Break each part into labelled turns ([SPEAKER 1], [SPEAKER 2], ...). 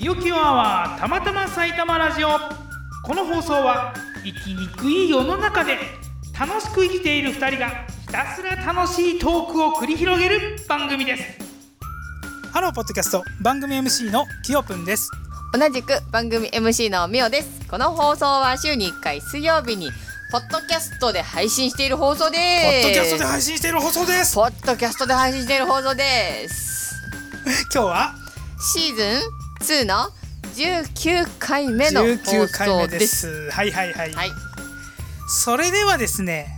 [SPEAKER 1] キュアはたまたま埼玉ラジオこの放送は生きにくい世の中で楽しく生きている2人がひたすら楽しいトークを繰り広げる番組ですハローポッドキャスト番組 MC のキヨプンです
[SPEAKER 2] 同じく番組 MC のみおですこの放送は週に1回水曜日にポッドキャストで配信している放送
[SPEAKER 1] ポ
[SPEAKER 2] で
[SPEAKER 1] ッ
[SPEAKER 2] す
[SPEAKER 1] ドキャストで配信している放送です
[SPEAKER 2] ポッドキャストで配信している放送です
[SPEAKER 1] 今日は
[SPEAKER 2] シーズン2の19回目の放
[SPEAKER 1] 19回目
[SPEAKER 2] 送
[SPEAKER 1] で
[SPEAKER 2] です
[SPEAKER 1] すはいはいはい、
[SPEAKER 2] はい
[SPEAKER 1] それではですね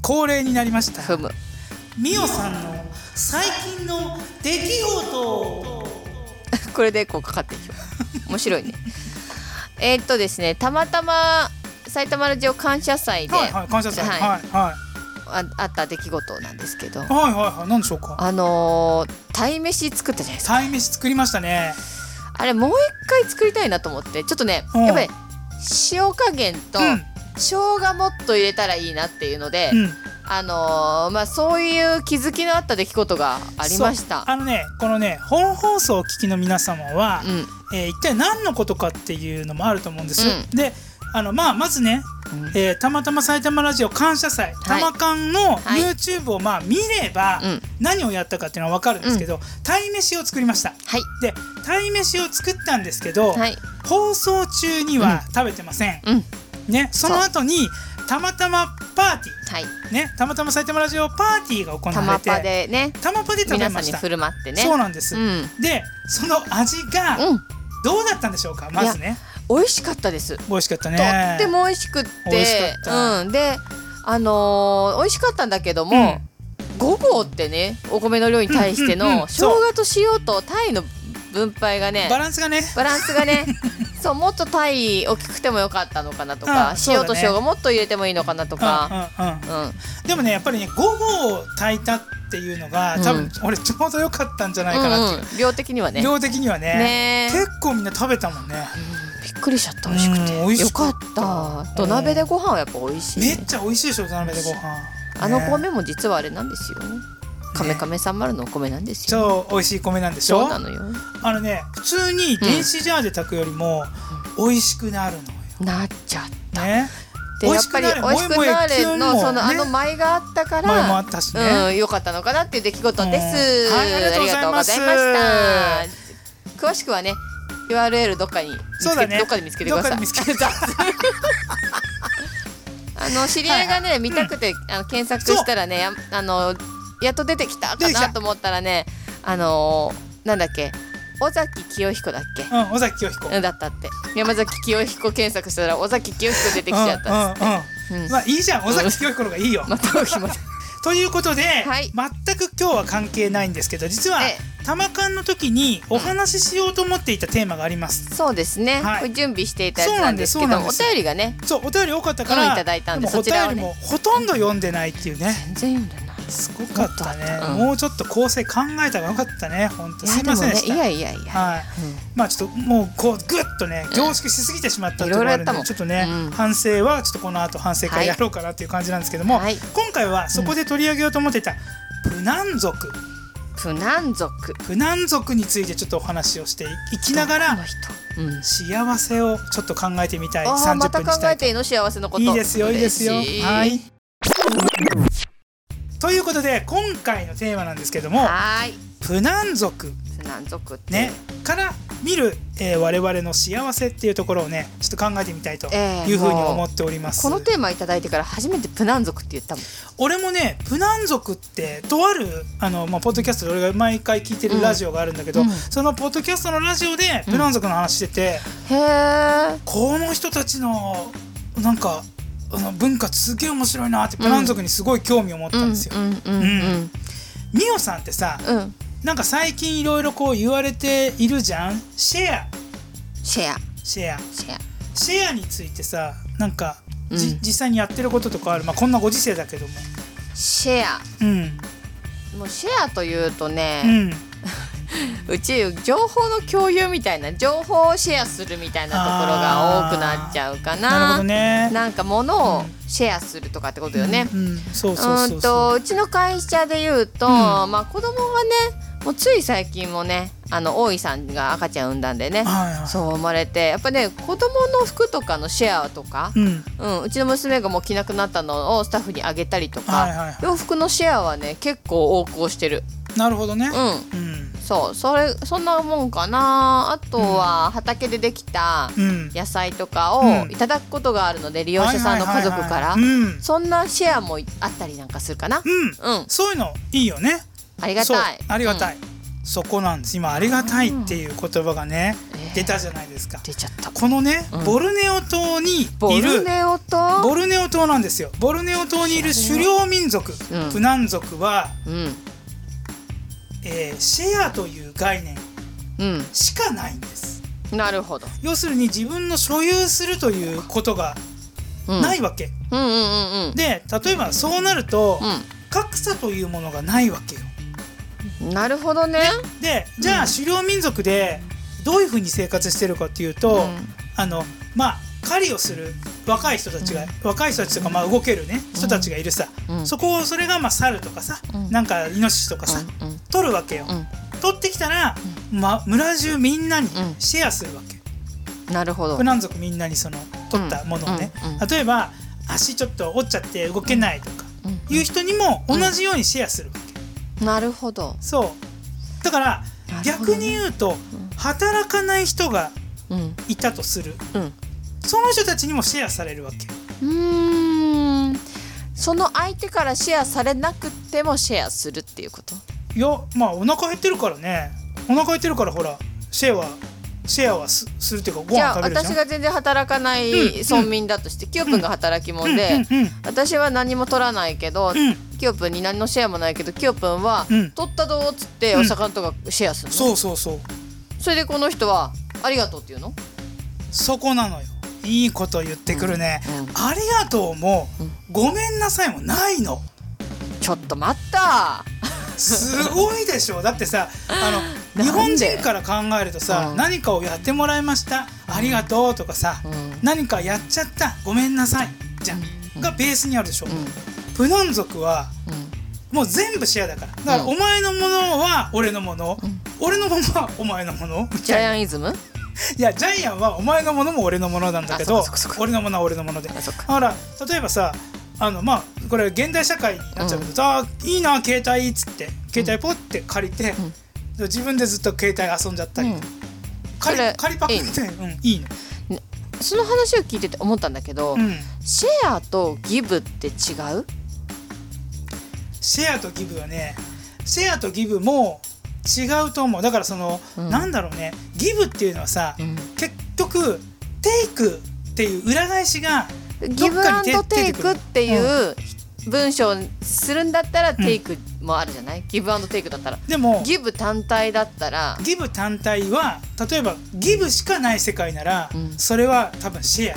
[SPEAKER 1] 恒例になりました
[SPEAKER 2] ふむ
[SPEAKER 1] みおさんの最近の出来事
[SPEAKER 2] これでこうかかってるでしょ面白いね えーっとですねたまたま埼玉ラジオ感謝祭で、
[SPEAKER 1] はいはい感謝祭は
[SPEAKER 2] はいい
[SPEAKER 1] はいはい
[SPEAKER 2] ああった出来事なんですけど
[SPEAKER 1] はいはい何でしょうか
[SPEAKER 2] あのー、鯛めし作ったじゃないですか
[SPEAKER 1] 鯛めし作りましたね
[SPEAKER 2] あれもう一回作りたいなと思ってちょっとね
[SPEAKER 1] うん
[SPEAKER 2] やっぱり塩加減と
[SPEAKER 1] うん
[SPEAKER 2] 生姜もっと入れたらいいなっていうので、
[SPEAKER 1] うん
[SPEAKER 2] あのーまあそういう気づきのあった出来事がありまし
[SPEAKER 1] そう
[SPEAKER 2] た
[SPEAKER 1] あのねこのね本放送をお聞きの皆様は
[SPEAKER 2] う、ん
[SPEAKER 1] えー一体何のことかっていうのもあると思うんです、
[SPEAKER 2] うん
[SPEAKER 1] であのまあまずね、
[SPEAKER 2] うん
[SPEAKER 1] えーたまたま埼玉ラジオ感謝祭たまかんの
[SPEAKER 2] はい
[SPEAKER 1] YouTube をまあ見れば、
[SPEAKER 2] うん
[SPEAKER 1] 何をやったかっていうのは分かるんですけど、鯛めしを作りました
[SPEAKER 2] はい
[SPEAKER 1] で鯛めしを作ったんですけど、
[SPEAKER 2] はい
[SPEAKER 1] 放送中には食べてません、
[SPEAKER 2] うん
[SPEAKER 1] ねその後にたまたまパーティー
[SPEAKER 2] はい
[SPEAKER 1] ね、たまたま埼玉ラジオパーティーが行
[SPEAKER 2] た
[SPEAKER 1] わ
[SPEAKER 2] ま
[SPEAKER 1] れて
[SPEAKER 2] ぱでね
[SPEAKER 1] たまぱで食べ
[SPEAKER 2] 皆さ
[SPEAKER 1] ま
[SPEAKER 2] ん
[SPEAKER 1] し
[SPEAKER 2] に
[SPEAKER 1] た、
[SPEAKER 2] 振る舞ってね
[SPEAKER 1] そうなんです、
[SPEAKER 2] うん
[SPEAKER 1] でその味が
[SPEAKER 2] うん
[SPEAKER 1] どうだったんでしょうかまずね
[SPEAKER 2] 美味しかったです、
[SPEAKER 1] 美味しかったね
[SPEAKER 2] とっても美味しくって
[SPEAKER 1] 美味しかった
[SPEAKER 2] うんであのー美味しかったんだけども、
[SPEAKER 1] うん
[SPEAKER 2] ごぼうってねお米の量に対して
[SPEAKER 1] うんうんうん
[SPEAKER 2] の生姜と塩と鯛の分配がね
[SPEAKER 1] バランスがね
[SPEAKER 2] バランスがね そうもっと鯛大きくてもよかったのかなと
[SPEAKER 1] う
[SPEAKER 2] か
[SPEAKER 1] んそうだ
[SPEAKER 2] 塩
[SPEAKER 1] ね
[SPEAKER 2] と生姜もっと入れてもいいのかなとか
[SPEAKER 1] うんうんうん
[SPEAKER 2] う、ん、
[SPEAKER 1] でもねやっぱりねごぼうを炊いたっていうのが多分、
[SPEAKER 2] うん
[SPEAKER 1] 俺ちょうど良かったんじゃないかなっていう
[SPEAKER 2] う、んうん、量的にはね
[SPEAKER 1] 量的にはね
[SPEAKER 2] ねえ
[SPEAKER 1] 結構みんな食べたもんね
[SPEAKER 2] びっくりしちゃった美味しくて
[SPEAKER 1] うん美味
[SPEAKER 2] よ
[SPEAKER 1] しか
[SPEAKER 2] か
[SPEAKER 1] っ
[SPEAKER 2] ったた土鍋でご飯はやっぱ美味しいね
[SPEAKER 1] めっちゃ美味しいでしょ土鍋でご飯
[SPEAKER 2] あの
[SPEAKER 1] ね
[SPEAKER 2] 米も実はあれなんですよカメカメさんまるのお米なんですよ
[SPEAKER 1] 超美味しい米なんでし
[SPEAKER 2] そ
[SPEAKER 1] ょ
[SPEAKER 2] うなのよ
[SPEAKER 1] あのね普通に電子ジャーで炊くよりも美味しくなるのよ
[SPEAKER 2] なっちゃっ
[SPEAKER 1] ね
[SPEAKER 2] てやっぱり美味しくなれのそのあの
[SPEAKER 1] 前も
[SPEAKER 2] 舞があったか
[SPEAKER 1] あ
[SPEAKER 2] ら
[SPEAKER 1] ったしね、
[SPEAKER 2] うん良かったのかなっていう出来事です
[SPEAKER 1] うんはいありがとうございます
[SPEAKER 2] ありがとうございました詳しくはね URL どっかに見つ
[SPEAKER 1] そうだ
[SPEAKER 2] け
[SPEAKER 1] ね
[SPEAKER 2] どっかで見つけてくだ
[SPEAKER 1] ど
[SPEAKER 2] さ
[SPEAKER 1] っかで見
[SPEAKER 2] い
[SPEAKER 1] つけて
[SPEAKER 2] あの知り合いがね見たくてあの検索したらねやあのやっと出てきた
[SPEAKER 1] 出
[SPEAKER 2] か
[SPEAKER 1] てきた
[SPEAKER 2] なと思ったらねあのなんだっけ尾崎清彦だっけ
[SPEAKER 1] うん尾崎清彦
[SPEAKER 2] うんだったって山崎清彦検索したら尾崎清彦出てきちゃったんですね
[SPEAKER 1] うんうんう
[SPEAKER 2] うんん
[SPEAKER 1] まあいいじゃん尾崎清彦の方がいいよ、
[SPEAKER 2] またおきま
[SPEAKER 1] ということで、
[SPEAKER 2] はい
[SPEAKER 1] 全く今日は関係ないんですけど実は
[SPEAKER 2] え
[SPEAKER 1] 玉缶の時にお話ししようと思っていたテーマがあります、
[SPEAKER 2] そうですね、
[SPEAKER 1] はい
[SPEAKER 2] これ準備していたやつなんですけ
[SPEAKER 1] そう
[SPEAKER 2] ど
[SPEAKER 1] なんで
[SPEAKER 2] お
[SPEAKER 1] すそうなんです
[SPEAKER 2] 便りがね
[SPEAKER 1] そうお便り多かったから、
[SPEAKER 2] うんいただいたんで
[SPEAKER 1] もお
[SPEAKER 2] そちらを
[SPEAKER 1] 便
[SPEAKER 2] ね
[SPEAKER 1] りもほとんど読んでないっていうね
[SPEAKER 2] 全然読んでない
[SPEAKER 1] すごかったね、
[SPEAKER 2] うん
[SPEAKER 1] もうちょっと構成考えた方がよかったね本当
[SPEAKER 2] い
[SPEAKER 1] す
[SPEAKER 2] や
[SPEAKER 1] い
[SPEAKER 2] で
[SPEAKER 1] ま
[SPEAKER 2] も
[SPEAKER 1] せんで
[SPEAKER 2] ね
[SPEAKER 1] し
[SPEAKER 2] い
[SPEAKER 1] た、
[SPEAKER 2] やいやいや、
[SPEAKER 1] はいまあちょっともうこうぐっとね凝縮しすぎてしまったっていうのがあるんで、
[SPEAKER 2] いろいろやったもん
[SPEAKER 1] ちょっとね、
[SPEAKER 2] うん
[SPEAKER 1] 反省はちょっとこの後反省
[SPEAKER 2] は
[SPEAKER 1] 会
[SPEAKER 2] い
[SPEAKER 1] やろうかなっていう感じなんですけども、
[SPEAKER 2] はい
[SPEAKER 1] 今回はそこで取り上げようと思ってたプナン族
[SPEAKER 2] プナン族
[SPEAKER 1] プナン族についてちょっとお話をしていきながら
[SPEAKER 2] この人、うん、
[SPEAKER 1] 幸せをちょっと考えてみたい
[SPEAKER 2] ああま
[SPEAKER 1] 30
[SPEAKER 2] た
[SPEAKER 1] 分にし
[SPEAKER 2] 考
[SPEAKER 1] たい
[SPEAKER 2] え
[SPEAKER 1] と
[SPEAKER 2] ていいの幸せのこと
[SPEAKER 1] いいですよいいですよ
[SPEAKER 2] 嬉し
[SPEAKER 1] はいということで今回のテーマなんですけども
[SPEAKER 2] はーい
[SPEAKER 1] プナン族
[SPEAKER 2] プナン族って
[SPEAKER 1] ねから見る、えー我々の幸せっていうところをねちょっと考えてみたいと
[SPEAKER 2] ええ
[SPEAKER 1] いうふうに
[SPEAKER 2] もう
[SPEAKER 1] 思っております、
[SPEAKER 2] このテーマいただいてから初めてプナン族って言ったもん
[SPEAKER 1] 俺もねプナン族ってとあるあの、まあ、ポッドキャストで俺が毎回聞いてるラジオがあるんだけど、
[SPEAKER 2] うんうん
[SPEAKER 1] そのポッドキャストのラジオでプナン族の話してて、
[SPEAKER 2] へえ
[SPEAKER 1] この人たちのなんかあの文化すげえ面白いなってプナン族にすごい興味を持っ
[SPEAKER 2] う
[SPEAKER 1] たん
[SPEAKER 2] ん
[SPEAKER 1] ですよ。
[SPEAKER 2] うんうんうん
[SPEAKER 1] ミオさんってさ
[SPEAKER 2] うん、うん、
[SPEAKER 1] なんか最近いろいろこう言われているじゃんシェア
[SPEAKER 2] シェア
[SPEAKER 1] シェア
[SPEAKER 2] シェア
[SPEAKER 1] シェアについてさなんか、じ
[SPEAKER 2] うん
[SPEAKER 1] 実際にやってることとかある、まあ、こんなご時世だけども。
[SPEAKER 2] シェア
[SPEAKER 1] うん
[SPEAKER 2] もうシェアというと
[SPEAKER 1] う
[SPEAKER 2] ね、
[SPEAKER 1] ん、
[SPEAKER 2] うち情報の共有みたいな情報をシェアするみたいなところが多くなっちゃうかな
[SPEAKER 1] なるほどね。
[SPEAKER 2] なんか物をシェアするとかってことよね、
[SPEAKER 1] うん、そう
[SPEAKER 2] う
[SPEAKER 1] そうそう
[SPEAKER 2] ーん
[SPEAKER 1] そう。
[SPEAKER 2] とうちの会社で言うと、
[SPEAKER 1] ん
[SPEAKER 2] まあ子供がねもうつい最近もねあの大井さんが赤ちゃん産んだんでね
[SPEAKER 1] はいはい
[SPEAKER 2] そう生まれてやっぱね子供の服とかのシェアとか、
[SPEAKER 1] うん
[SPEAKER 2] うん、うちの娘がもう着なくなったのをスタッフにあげたりとか、
[SPEAKER 1] はいはいはい
[SPEAKER 2] 洋服のシェアはね結構横行してる
[SPEAKER 1] なるほどね
[SPEAKER 2] うん
[SPEAKER 1] うん
[SPEAKER 2] そうそれそんなもんかなあとは畑でできた
[SPEAKER 1] うん
[SPEAKER 2] 野菜とか
[SPEAKER 1] う
[SPEAKER 2] を
[SPEAKER 1] ん
[SPEAKER 2] いただくことがあるので利用者さんの家族か
[SPEAKER 1] は
[SPEAKER 2] ら
[SPEAKER 1] いはいはいはいうん
[SPEAKER 2] そんなシェアもあったりなんかするかな
[SPEAKER 1] うん
[SPEAKER 2] うん
[SPEAKER 1] そういうのいいよね
[SPEAKER 2] ありが
[SPEAKER 1] そう
[SPEAKER 2] たい
[SPEAKER 1] ありがた
[SPEAKER 2] う
[SPEAKER 1] いそこなんです今ありがたいっていう言葉がね
[SPEAKER 2] ええ
[SPEAKER 1] 出たじゃないですか
[SPEAKER 2] ん出ちゃった
[SPEAKER 1] このね
[SPEAKER 2] うん
[SPEAKER 1] ボルネオ島にい
[SPEAKER 2] ボル
[SPEAKER 1] る
[SPEAKER 2] ネオと
[SPEAKER 1] ボルネオ島なんですよボルネオ島にいる狩猟民族
[SPEAKER 2] うん
[SPEAKER 1] プナン族は、
[SPEAKER 2] うん
[SPEAKER 1] えーシェアという概念
[SPEAKER 2] う
[SPEAKER 1] しかないんです
[SPEAKER 2] んなるほど
[SPEAKER 1] 要するに自分の所有するということが
[SPEAKER 2] うん
[SPEAKER 1] ないわけ、
[SPEAKER 2] うんうんうんうん
[SPEAKER 1] で例えばそうなると、
[SPEAKER 2] う
[SPEAKER 1] 格差というものがないわけよ
[SPEAKER 2] んなるほどね
[SPEAKER 1] でじゃあ狩猟民族でどういうふうに生活してるかっていうと、
[SPEAKER 2] うん
[SPEAKER 1] あのまあ狩りをする若い人たちが、若い人たちとか、まあ、動けるね人たちがいるさ、
[SPEAKER 2] うん
[SPEAKER 1] そこをそれがまあ猿とかさ、
[SPEAKER 2] うん
[SPEAKER 1] なんかイノシシとかさ、
[SPEAKER 2] うんうん
[SPEAKER 1] 取るわけよ、取ってきたら、ま、村中みんなに
[SPEAKER 2] うん
[SPEAKER 1] シェアするわけ、
[SPEAKER 2] うんなるほど
[SPEAKER 1] プナン族みんなにその取ったものをね、
[SPEAKER 2] うんうん
[SPEAKER 1] 例えば足ちょっと折っちゃって動けないとか
[SPEAKER 2] うん
[SPEAKER 1] いう人にも同じようにシェアするわけ、
[SPEAKER 2] なるほど
[SPEAKER 1] そうだから
[SPEAKER 2] なるほどね
[SPEAKER 1] 逆に言うと働かない人が
[SPEAKER 2] うん
[SPEAKER 1] いたとする
[SPEAKER 2] うん
[SPEAKER 1] その人たちにもシェアされるわけ
[SPEAKER 2] うーんその相手からシェアされなくてもシェアするっていうこと
[SPEAKER 1] いやまあお腹減ってるからねお腹減ってるからほらシェアはシェアはすするっていうかご
[SPEAKER 2] じゃ
[SPEAKER 1] 飯食
[SPEAKER 2] あ
[SPEAKER 1] べるじゃん
[SPEAKER 2] 私が全然働かない
[SPEAKER 1] うん
[SPEAKER 2] 村民だとして、キヨプンが働き者で、
[SPEAKER 1] うんうんうん
[SPEAKER 2] 私は何も取らないけ
[SPEAKER 1] う
[SPEAKER 2] ど、
[SPEAKER 1] ん
[SPEAKER 2] キヨプンに何のシェアもないけどキヨプンは、
[SPEAKER 1] うん
[SPEAKER 2] 取ったどうっつって
[SPEAKER 1] うん
[SPEAKER 2] お魚とかシェアするの、
[SPEAKER 1] そうそうそう
[SPEAKER 2] それでこの人はありがとうって言うの
[SPEAKER 1] そこなのよいいこと言ってくるね、
[SPEAKER 2] うんうん
[SPEAKER 1] ありがとうも、
[SPEAKER 2] うん
[SPEAKER 1] ごめんなさいもないの
[SPEAKER 2] ちょっと待った
[SPEAKER 1] すごいでしょだってさあの
[SPEAKER 2] なんで
[SPEAKER 1] 日本人から考えるとさ、
[SPEAKER 2] うん
[SPEAKER 1] 何かをやってもらいましたありがとうとかさ、
[SPEAKER 2] うん
[SPEAKER 1] 何かやっちゃったごめんなさいじゃん、がベースにあるでしょ、プノン族はもう全部シェアだからだから
[SPEAKER 2] うん
[SPEAKER 1] お前のものは俺のもの、俺のものはお前のものみ
[SPEAKER 2] ジ
[SPEAKER 1] た
[SPEAKER 2] ャ
[SPEAKER 1] い
[SPEAKER 2] イ
[SPEAKER 1] な
[SPEAKER 2] アンイズム
[SPEAKER 1] いやジャイアンはお前のものも俺のものなんだけど
[SPEAKER 2] あそっかそっかそっか
[SPEAKER 1] 俺のものは俺のものでだ
[SPEAKER 2] あそっか
[SPEAKER 1] から例えばさあのまあこれ現代社会になっちゃうけど、あーいいな携帯っつって携帯ポッて借りて、自分でずっと携帯遊んじゃったり、
[SPEAKER 2] うん
[SPEAKER 1] 借
[SPEAKER 2] そ
[SPEAKER 1] り
[SPEAKER 2] れ
[SPEAKER 1] 借りパクっていい,、うん、いいね、
[SPEAKER 2] その話を聞いてて思ったんだけど、
[SPEAKER 1] うん、
[SPEAKER 2] シェアとギブって違う
[SPEAKER 1] シェアとギブはねシェアとギブも違うと思うだからその、
[SPEAKER 2] うん
[SPEAKER 1] なんだろうねギブっていうのはさ、
[SPEAKER 2] うん
[SPEAKER 1] 結局テイクっていう裏返しが
[SPEAKER 2] ギブアンドテイ
[SPEAKER 1] く
[SPEAKER 2] クっていう文章にするんだったらテイクもあるじゃない、ギブアンドテイクだったら
[SPEAKER 1] でも
[SPEAKER 2] ギブ単体だったら
[SPEAKER 1] ギブ単体は例えばギブしかない世界なら、
[SPEAKER 2] うん
[SPEAKER 1] それは多分シェ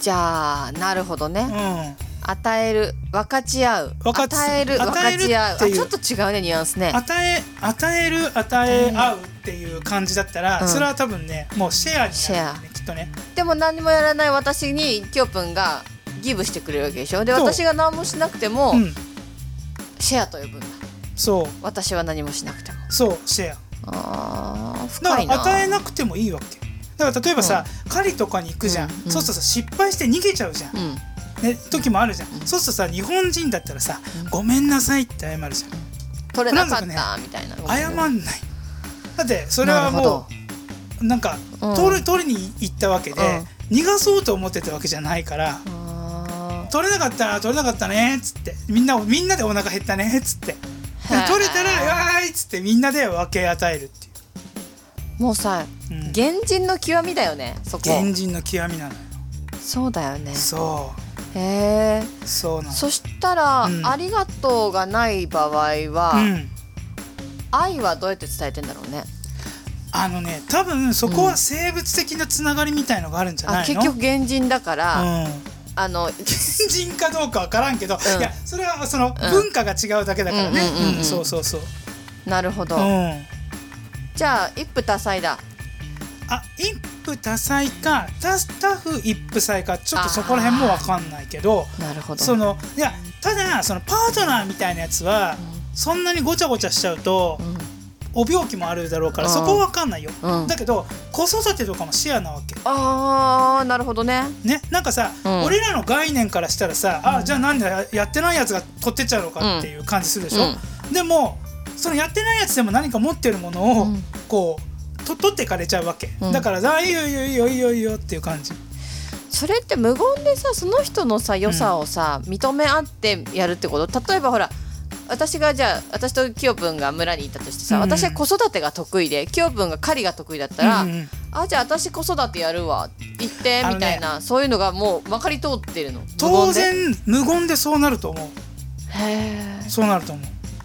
[SPEAKER 2] じゃあなるほどね、
[SPEAKER 1] ア、うん、
[SPEAKER 2] 与える分かち合う
[SPEAKER 1] 分かち
[SPEAKER 2] 与える分
[SPEAKER 1] 与
[SPEAKER 2] か
[SPEAKER 1] えるっていう
[SPEAKER 2] ち合うあちょっと違うねニュアンスね
[SPEAKER 1] 与え与える与え合うっていう感じだったら、
[SPEAKER 2] うん
[SPEAKER 1] それは多分ねもうシェアになる、ね、きっとね
[SPEAKER 2] でも何もやらない私にきょうぷんがギブしてくれるわけでしょで
[SPEAKER 1] そう
[SPEAKER 2] 私が何もしなくても、
[SPEAKER 1] うん
[SPEAKER 2] シェアと呼ぶんだ
[SPEAKER 1] そ
[SPEAKER 2] 私は何もしなくても
[SPEAKER 1] うそうシェア
[SPEAKER 2] あー
[SPEAKER 1] だ
[SPEAKER 2] 深
[SPEAKER 1] か
[SPEAKER 2] いな
[SPEAKER 1] ら与えなくてもいいわけだから例えばさ、狩りとかに行くじゃん、
[SPEAKER 2] うんうん
[SPEAKER 1] そうするとさ失敗して逃げちゃうじゃん、
[SPEAKER 2] うん
[SPEAKER 1] ね、時もあるじゃん、そうするとさ日本人だったらさ、ごめんなさいって謝るじゃん、
[SPEAKER 2] 取れなかっ
[SPEAKER 1] なんだ
[SPEAKER 2] たみたいな
[SPEAKER 1] 謝んないだってそれは
[SPEAKER 2] なるほ
[SPEAKER 1] もうなんか、
[SPEAKER 2] うん
[SPEAKER 1] 取る取りに行ったわけで、逃がそうと思ってたわけじゃないから、
[SPEAKER 2] あ
[SPEAKER 1] 取れなかった取れなかったねっつってみんなみんなでお腹減ったねっつってで
[SPEAKER 2] へー
[SPEAKER 1] 取れたらわーいっつってみんなで分け与えるっていう
[SPEAKER 2] ーもうさ、
[SPEAKER 1] うん
[SPEAKER 2] 原人の極みだよねそこ
[SPEAKER 1] 原人の極みなのよ
[SPEAKER 2] そうだよね
[SPEAKER 1] そ
[SPEAKER 2] へえ
[SPEAKER 1] うそうなの
[SPEAKER 2] そしたら、
[SPEAKER 1] うん
[SPEAKER 2] ありがとうがない場合は、
[SPEAKER 1] うん
[SPEAKER 2] 愛はどうやって伝えてんだろうね
[SPEAKER 1] あのね多分そこは生物的なつながりみたいのがあるんじゃ
[SPEAKER 2] あ
[SPEAKER 1] ないの
[SPEAKER 2] 結局原人だから、
[SPEAKER 1] うん
[SPEAKER 2] あの
[SPEAKER 1] 原人かどうかわからんけど、
[SPEAKER 2] うん
[SPEAKER 1] いやそれはその文化が違うだけだからね
[SPEAKER 2] うんうんうんうん
[SPEAKER 1] うんそうそうそう、
[SPEAKER 2] なるほど、
[SPEAKER 1] うん、
[SPEAKER 2] じゃあ一夫多妻だ
[SPEAKER 1] あ一夫多妻かタスタフ一夫妻かちょっとそこら辺もわかんないけど
[SPEAKER 2] なるほど
[SPEAKER 1] そのいやただそのパートナーみたいなやつは、そんなにごちゃごちゃしちゃうと、
[SPEAKER 2] うん
[SPEAKER 1] お病気もあるだろうから
[SPEAKER 2] あー
[SPEAKER 1] そこわかんないよ、
[SPEAKER 2] うん
[SPEAKER 1] だけど子育てとかもシェアなわけ
[SPEAKER 2] あーなるほどね
[SPEAKER 1] ねなんかさ、
[SPEAKER 2] うん
[SPEAKER 1] 俺らの概念からしたらさ、あじゃあなんでややってないやつが取ってっちゃうのかっていう感じするでしょ、でもそのやってないやつでも何か持ってるものを、
[SPEAKER 2] うん
[SPEAKER 1] こうと取ってかれちゃうわけ、
[SPEAKER 2] うん
[SPEAKER 1] だからあいいよいいよいいよいいよいいよっていう感じ
[SPEAKER 2] それって無言でさその人のさ良さをさ、認め合ってやるってこと例えばほら私がじゃあ私ときよぷんが村にいたとしてさ、
[SPEAKER 1] うん
[SPEAKER 2] 私は子育てが得意できよぷんが狩りが得意だったら、
[SPEAKER 1] うんうん
[SPEAKER 2] あじゃあ私子育てやるわ行って
[SPEAKER 1] あのね
[SPEAKER 2] みたいな、そういうのがもうまかり通ってるの
[SPEAKER 1] 当
[SPEAKER 2] 無言
[SPEAKER 1] 然無言でそうなると思
[SPEAKER 2] でへ
[SPEAKER 1] うそうなると思う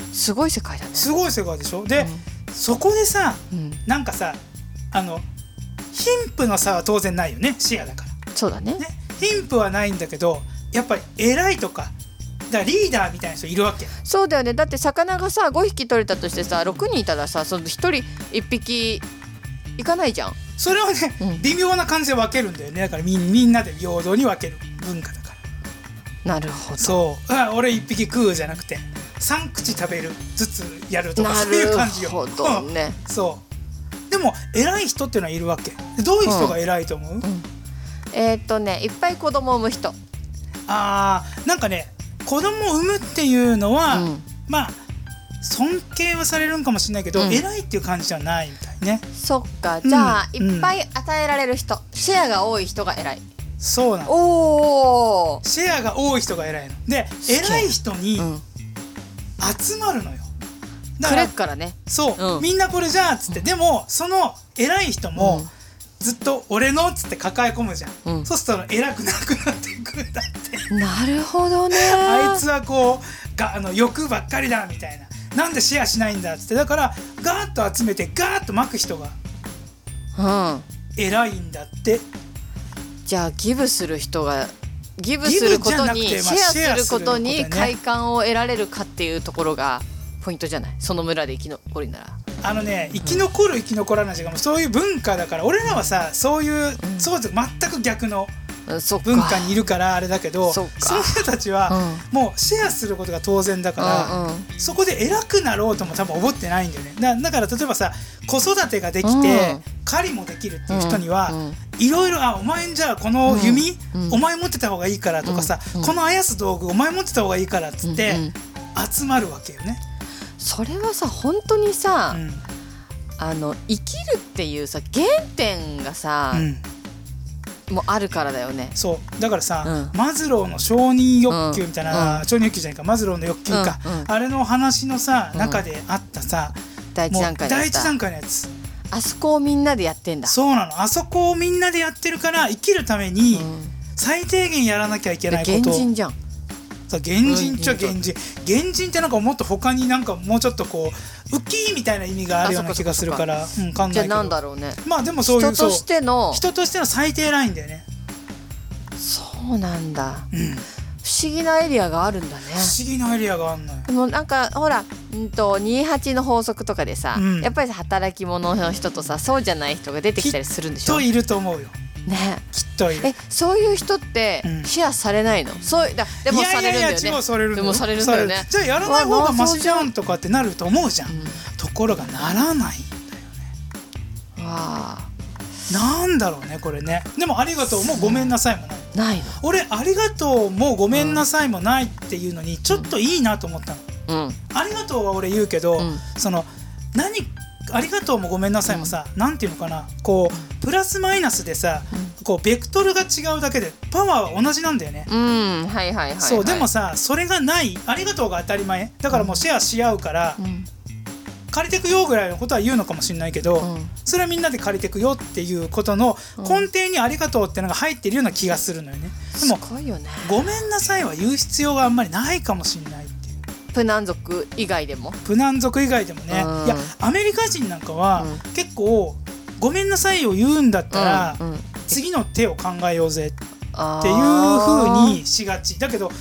[SPEAKER 2] えすごい世界だね
[SPEAKER 1] すごい世界でしょで、そこでさ
[SPEAKER 2] うん、
[SPEAKER 1] なんかさあの貧富の差は当然ないよね視野だから。
[SPEAKER 2] そうだね
[SPEAKER 1] ね、貧富はないんだけどやっぱり偉いとかだからリーダーみたいな人いるわけ
[SPEAKER 2] そうだよねだって魚がさ5匹取れたとしてさ6人いたらさその1人1匹いかないじゃん
[SPEAKER 1] それをね、
[SPEAKER 2] うん
[SPEAKER 1] 微妙な感じで分けるんだよねだからみんみんなで平等に分ける文化だか
[SPEAKER 2] なるほ
[SPEAKER 1] らそうあ俺一匹食うじゃなくて3口食べるずつやると
[SPEAKER 2] ど
[SPEAKER 1] か
[SPEAKER 2] な
[SPEAKER 1] そういう
[SPEAKER 2] る
[SPEAKER 1] 感じよ
[SPEAKER 2] ほど
[SPEAKER 1] うん
[SPEAKER 2] ね、
[SPEAKER 1] そうでも偉い人っていうのはいるわけでどういう人が偉いと思う、
[SPEAKER 2] うん えーっとねいっぱい子供を産む人
[SPEAKER 1] あーなんかね子供を産むっていうのは、
[SPEAKER 2] うん
[SPEAKER 1] まあ尊敬はされるんかもしれないけど、
[SPEAKER 2] うん
[SPEAKER 1] 偉いっていう感じじゃないみたいね
[SPEAKER 2] そっかじゃあ、
[SPEAKER 1] うん
[SPEAKER 2] いっぱい与えられる人シェアが多い人が偉い
[SPEAKER 1] そうなの
[SPEAKER 2] おお、
[SPEAKER 1] シェアが多い人が偉いので
[SPEAKER 2] げえ
[SPEAKER 1] 偉い人に
[SPEAKER 2] うん、
[SPEAKER 1] 集まるのよだ
[SPEAKER 2] く
[SPEAKER 1] か
[SPEAKER 2] れ
[SPEAKER 1] ら
[SPEAKER 2] っからね
[SPEAKER 1] そう、
[SPEAKER 2] うん
[SPEAKER 1] みんなこれじゃあっつって、でもその偉い人も、
[SPEAKER 2] うん
[SPEAKER 1] ずっと俺のっつって抱え込むじゃん、
[SPEAKER 2] うん
[SPEAKER 1] そうすると偉くなくなっていくんだって
[SPEAKER 2] なるほどね
[SPEAKER 1] あいつはこうがあの欲ばっかりだみたいななんでシェアしないんだっつってだからガーッと集めてガーッと巻く人が
[SPEAKER 2] うん
[SPEAKER 1] 偉いんだって
[SPEAKER 2] じゃあギブする人がギブ
[SPEAKER 1] ギ
[SPEAKER 2] す
[SPEAKER 1] ブ
[SPEAKER 2] るこ
[SPEAKER 1] じゃ
[SPEAKER 2] と
[SPEAKER 1] なく
[SPEAKER 2] に
[SPEAKER 1] てま
[SPEAKER 2] シ
[SPEAKER 1] あ
[SPEAKER 2] ェアす
[SPEAKER 1] シェアする
[SPEAKER 2] ること
[SPEAKER 1] こ
[SPEAKER 2] に
[SPEAKER 1] とね
[SPEAKER 2] 快感を得られるかっていうところがポイントじゃないその村で生き残りなら
[SPEAKER 1] あのね生き残る生き残らないとかもうそういう文化だから俺らはさそういう、
[SPEAKER 2] ん
[SPEAKER 1] そう全く逆の。
[SPEAKER 2] うんそっか
[SPEAKER 1] 文化にいるからあれだけど
[SPEAKER 2] そ
[SPEAKER 1] そうう
[SPEAKER 2] か
[SPEAKER 1] いう人たちはもうシェアすることが当然だから、
[SPEAKER 2] うんうん
[SPEAKER 1] そこで偉くなろうとも多分思ってないんだよねだだから例えばさ子育てができて、
[SPEAKER 2] うん
[SPEAKER 1] 狩りもできるっていう人には、
[SPEAKER 2] うんうん
[SPEAKER 1] いろいろ「あお前じゃあこの弓、
[SPEAKER 2] うんうん
[SPEAKER 1] お前持ってた方がいいから」とかさ、
[SPEAKER 2] うんうん
[SPEAKER 1] このあやす道具お前持ってた方がいいから」っつって
[SPEAKER 2] うんうん
[SPEAKER 1] 集まるわけよね。
[SPEAKER 2] それはさ本当にさ、
[SPEAKER 1] うん
[SPEAKER 2] あの生きるっていうさ原点がさ、
[SPEAKER 1] うん
[SPEAKER 2] もうあるからだよね
[SPEAKER 1] そうだからさ、
[SPEAKER 2] う
[SPEAKER 1] マズローの承認欲求みたいな、
[SPEAKER 2] うん
[SPEAKER 1] 承認欲求じゃないかマズローの欲求か、
[SPEAKER 2] うんうん
[SPEAKER 1] あれの話のさ
[SPEAKER 2] うん
[SPEAKER 1] 中であったさ、
[SPEAKER 2] 第一
[SPEAKER 1] もう
[SPEAKER 2] 段階だ
[SPEAKER 1] 第
[SPEAKER 2] っ
[SPEAKER 1] 一
[SPEAKER 2] た
[SPEAKER 1] 段階のやつ
[SPEAKER 2] あそこをみんなでやってんだ
[SPEAKER 1] そうなのあそこをみんなでやってるから生きるために
[SPEAKER 2] ん
[SPEAKER 1] 最低限やらなきゃいけない
[SPEAKER 2] 原
[SPEAKER 1] こと
[SPEAKER 2] 人じゃん
[SPEAKER 1] そう原人っちゃ
[SPEAKER 2] 原
[SPEAKER 1] 原人
[SPEAKER 2] 人
[SPEAKER 1] 原人ってなんかもっと他になんかもうちょっとこうウキーみたいな意味があるよう
[SPEAKER 2] あ
[SPEAKER 1] な
[SPEAKER 2] そっ
[SPEAKER 1] 気
[SPEAKER 2] か
[SPEAKER 1] が
[SPEAKER 2] そ
[SPEAKER 1] す
[SPEAKER 2] っ
[SPEAKER 1] る
[SPEAKER 2] か
[SPEAKER 1] か
[SPEAKER 2] そっから
[SPEAKER 1] うん考え
[SPEAKER 2] じゃあ
[SPEAKER 1] け
[SPEAKER 2] なん
[SPEAKER 1] ど
[SPEAKER 2] だろうね
[SPEAKER 1] まあでもそうい
[SPEAKER 2] 人
[SPEAKER 1] うそ
[SPEAKER 2] と
[SPEAKER 1] う
[SPEAKER 2] しての
[SPEAKER 1] 人としての最低ラインだよね
[SPEAKER 2] そうなんだ
[SPEAKER 1] うん
[SPEAKER 2] 不思議なエリアがあるんだね
[SPEAKER 1] 不思議なエリアがあんのよ
[SPEAKER 2] でもなんかほらうんと28の法則とかでさ、
[SPEAKER 1] うん
[SPEAKER 2] やっぱりさ働き者の人とさそうじゃない人が出てきたりするんでしょ
[SPEAKER 1] と
[SPEAKER 2] ね
[SPEAKER 1] いると思うよきっといる
[SPEAKER 2] えそういう人って
[SPEAKER 1] うん
[SPEAKER 2] シェアされないの、そういだでもされるんだ
[SPEAKER 1] いや
[SPEAKER 2] よね
[SPEAKER 1] いやいや違うされるの
[SPEAKER 2] でもされるんだよね
[SPEAKER 1] されるじゃあやらない方がマシじゃ
[SPEAKER 2] わ
[SPEAKER 1] んとかってなると思うじゃん、
[SPEAKER 2] うん
[SPEAKER 1] ところがならない
[SPEAKER 2] あ
[SPEAKER 1] なんだろうねこれねでも「ありがとう」も「ごめんなさい」もない
[SPEAKER 2] ーない
[SPEAKER 1] 俺「ありがとう」も「ごめんなさい」もないっていうのにちょっといいなと思ったの「
[SPEAKER 2] のうん
[SPEAKER 1] ありがとう」は俺言うけど、
[SPEAKER 2] うん
[SPEAKER 1] その何「ありがとう」も「ごめんなさい」もさ、なんていうのかなこうプラスマイナスでさ、こうベクトルが違うだけでパワーは同じなんだよね、
[SPEAKER 2] うんはいはいはい、はい、
[SPEAKER 1] そうでもさそれがない「ありがとう」が当たり前だからもうシェアし合うから、
[SPEAKER 2] うん
[SPEAKER 1] 借りてくよぐらいのことは言うのかもしれないけど、
[SPEAKER 2] うん
[SPEAKER 1] それはみんなで借りてくよっていうことの根底に「ありがとう」ってのが入ってるような気がするのよね。ですも
[SPEAKER 2] ごいよね
[SPEAKER 1] 「ごめんなさい」は言う必要があんまりないかもしれないっていう
[SPEAKER 2] プナン族以外でも
[SPEAKER 1] プナン族以外でもね、
[SPEAKER 2] うん
[SPEAKER 1] いやアメリカ人なんかは
[SPEAKER 2] う
[SPEAKER 1] 結構「ごめんなさい」を言うんだったら、
[SPEAKER 2] うんうん、っ
[SPEAKER 1] 次の手を考えようぜってていう風にしがちだけど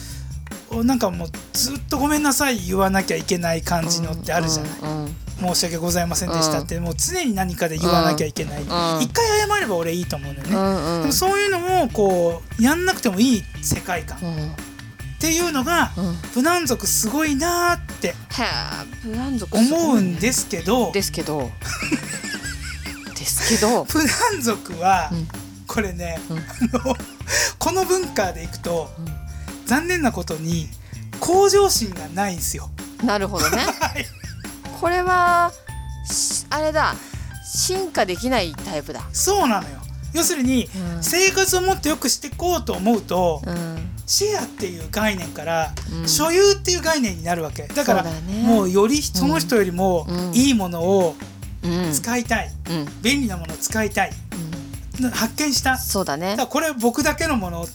[SPEAKER 1] おなんかもうずっと「ごめんなさい」言わなきゃいけない感じのってあるじゃない。
[SPEAKER 2] うんうんうん
[SPEAKER 1] 申し訳ございませんでしたって、もう常に何かで言わなきゃいけない、
[SPEAKER 2] ん
[SPEAKER 1] 一回謝れば俺いいと思うんだよね、
[SPEAKER 2] うんうん
[SPEAKER 1] でもそういうのもこうやんなくてもいい世界観っ
[SPEAKER 2] うん
[SPEAKER 1] てっていうのが、
[SPEAKER 2] うん
[SPEAKER 1] プナン族すごいなーって
[SPEAKER 2] はあプラン族す
[SPEAKER 1] 思
[SPEAKER 2] ご
[SPEAKER 1] う
[SPEAKER 2] い
[SPEAKER 1] ん
[SPEAKER 2] ね
[SPEAKER 1] ですけど、
[SPEAKER 2] です けどですけど
[SPEAKER 1] プナン族は、
[SPEAKER 2] うん
[SPEAKER 1] これね、
[SPEAKER 2] うん
[SPEAKER 1] あのこの文化でいくと、
[SPEAKER 2] うん
[SPEAKER 1] 残念なことに向上心がないんですよ。
[SPEAKER 2] なる ほどね
[SPEAKER 1] はい
[SPEAKER 2] これはしあれだ進化できないタイプだ
[SPEAKER 1] そうなのよ要するに、
[SPEAKER 2] うん
[SPEAKER 1] 生活をもっと良くしていこうと思うと、
[SPEAKER 2] うん
[SPEAKER 1] シェアっていう概念から、
[SPEAKER 2] うん
[SPEAKER 1] 所有っていう概念になるわけだから
[SPEAKER 2] そうだね
[SPEAKER 1] もうよりその人よりも
[SPEAKER 2] うん
[SPEAKER 1] いいものを
[SPEAKER 2] うん
[SPEAKER 1] 使いたい、
[SPEAKER 2] うんうん
[SPEAKER 1] 便利なものを使いたいな発見しただ
[SPEAKER 2] そうだね
[SPEAKER 1] からこれ僕だけのものっ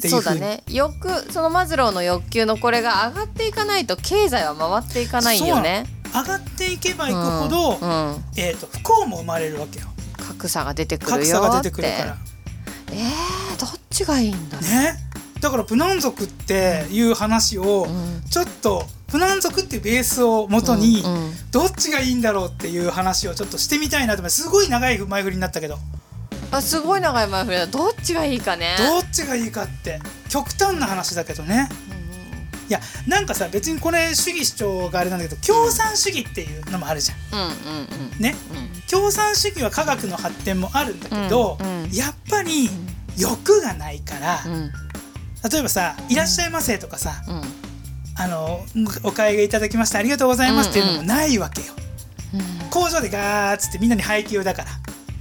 [SPEAKER 1] てい
[SPEAKER 2] そうう
[SPEAKER 1] ふう
[SPEAKER 2] だ
[SPEAKER 1] に
[SPEAKER 2] ね欲そのマズローの欲求のこれが上がっていかないと経済は回っていかないよね
[SPEAKER 1] 上がっていけばいくほど、
[SPEAKER 2] うんうん
[SPEAKER 1] えー、と不幸も生まれるわけよ
[SPEAKER 2] 格差が出てく
[SPEAKER 1] 格
[SPEAKER 2] る
[SPEAKER 1] 差
[SPEAKER 2] よって
[SPEAKER 1] が出てくるから。
[SPEAKER 2] えー、どっちがいいんだろう
[SPEAKER 1] ねだからプナン族っていう話を、
[SPEAKER 2] うん
[SPEAKER 1] ちょっとプナン族っていうベースを元に、
[SPEAKER 2] うんうん
[SPEAKER 1] どっちがいいんだろうっていう話をちょっとしてみたいなと思ってすごい長い前振りになったけど
[SPEAKER 2] あすごい長い前振りだどっちがいいかね
[SPEAKER 1] どっちがいいかって極端な話だけどねいやなんかさ別にこれ主義主張があれなんだけど共産主義っていうのもあるじゃん
[SPEAKER 2] うんうんうん
[SPEAKER 1] ね
[SPEAKER 2] うん
[SPEAKER 1] 共産主義は科学の発展もあるんだけど、
[SPEAKER 2] うんうん
[SPEAKER 1] やっぱり欲がないから、
[SPEAKER 2] うんうん
[SPEAKER 1] 例えばさ「いらっしゃいませ」とかさ
[SPEAKER 2] うん
[SPEAKER 1] 「あのお買い上げいただきましてありがとうございます」っていうのもないわけよ。
[SPEAKER 2] う
[SPEAKER 1] 工場でガーッつってみんなに配給だか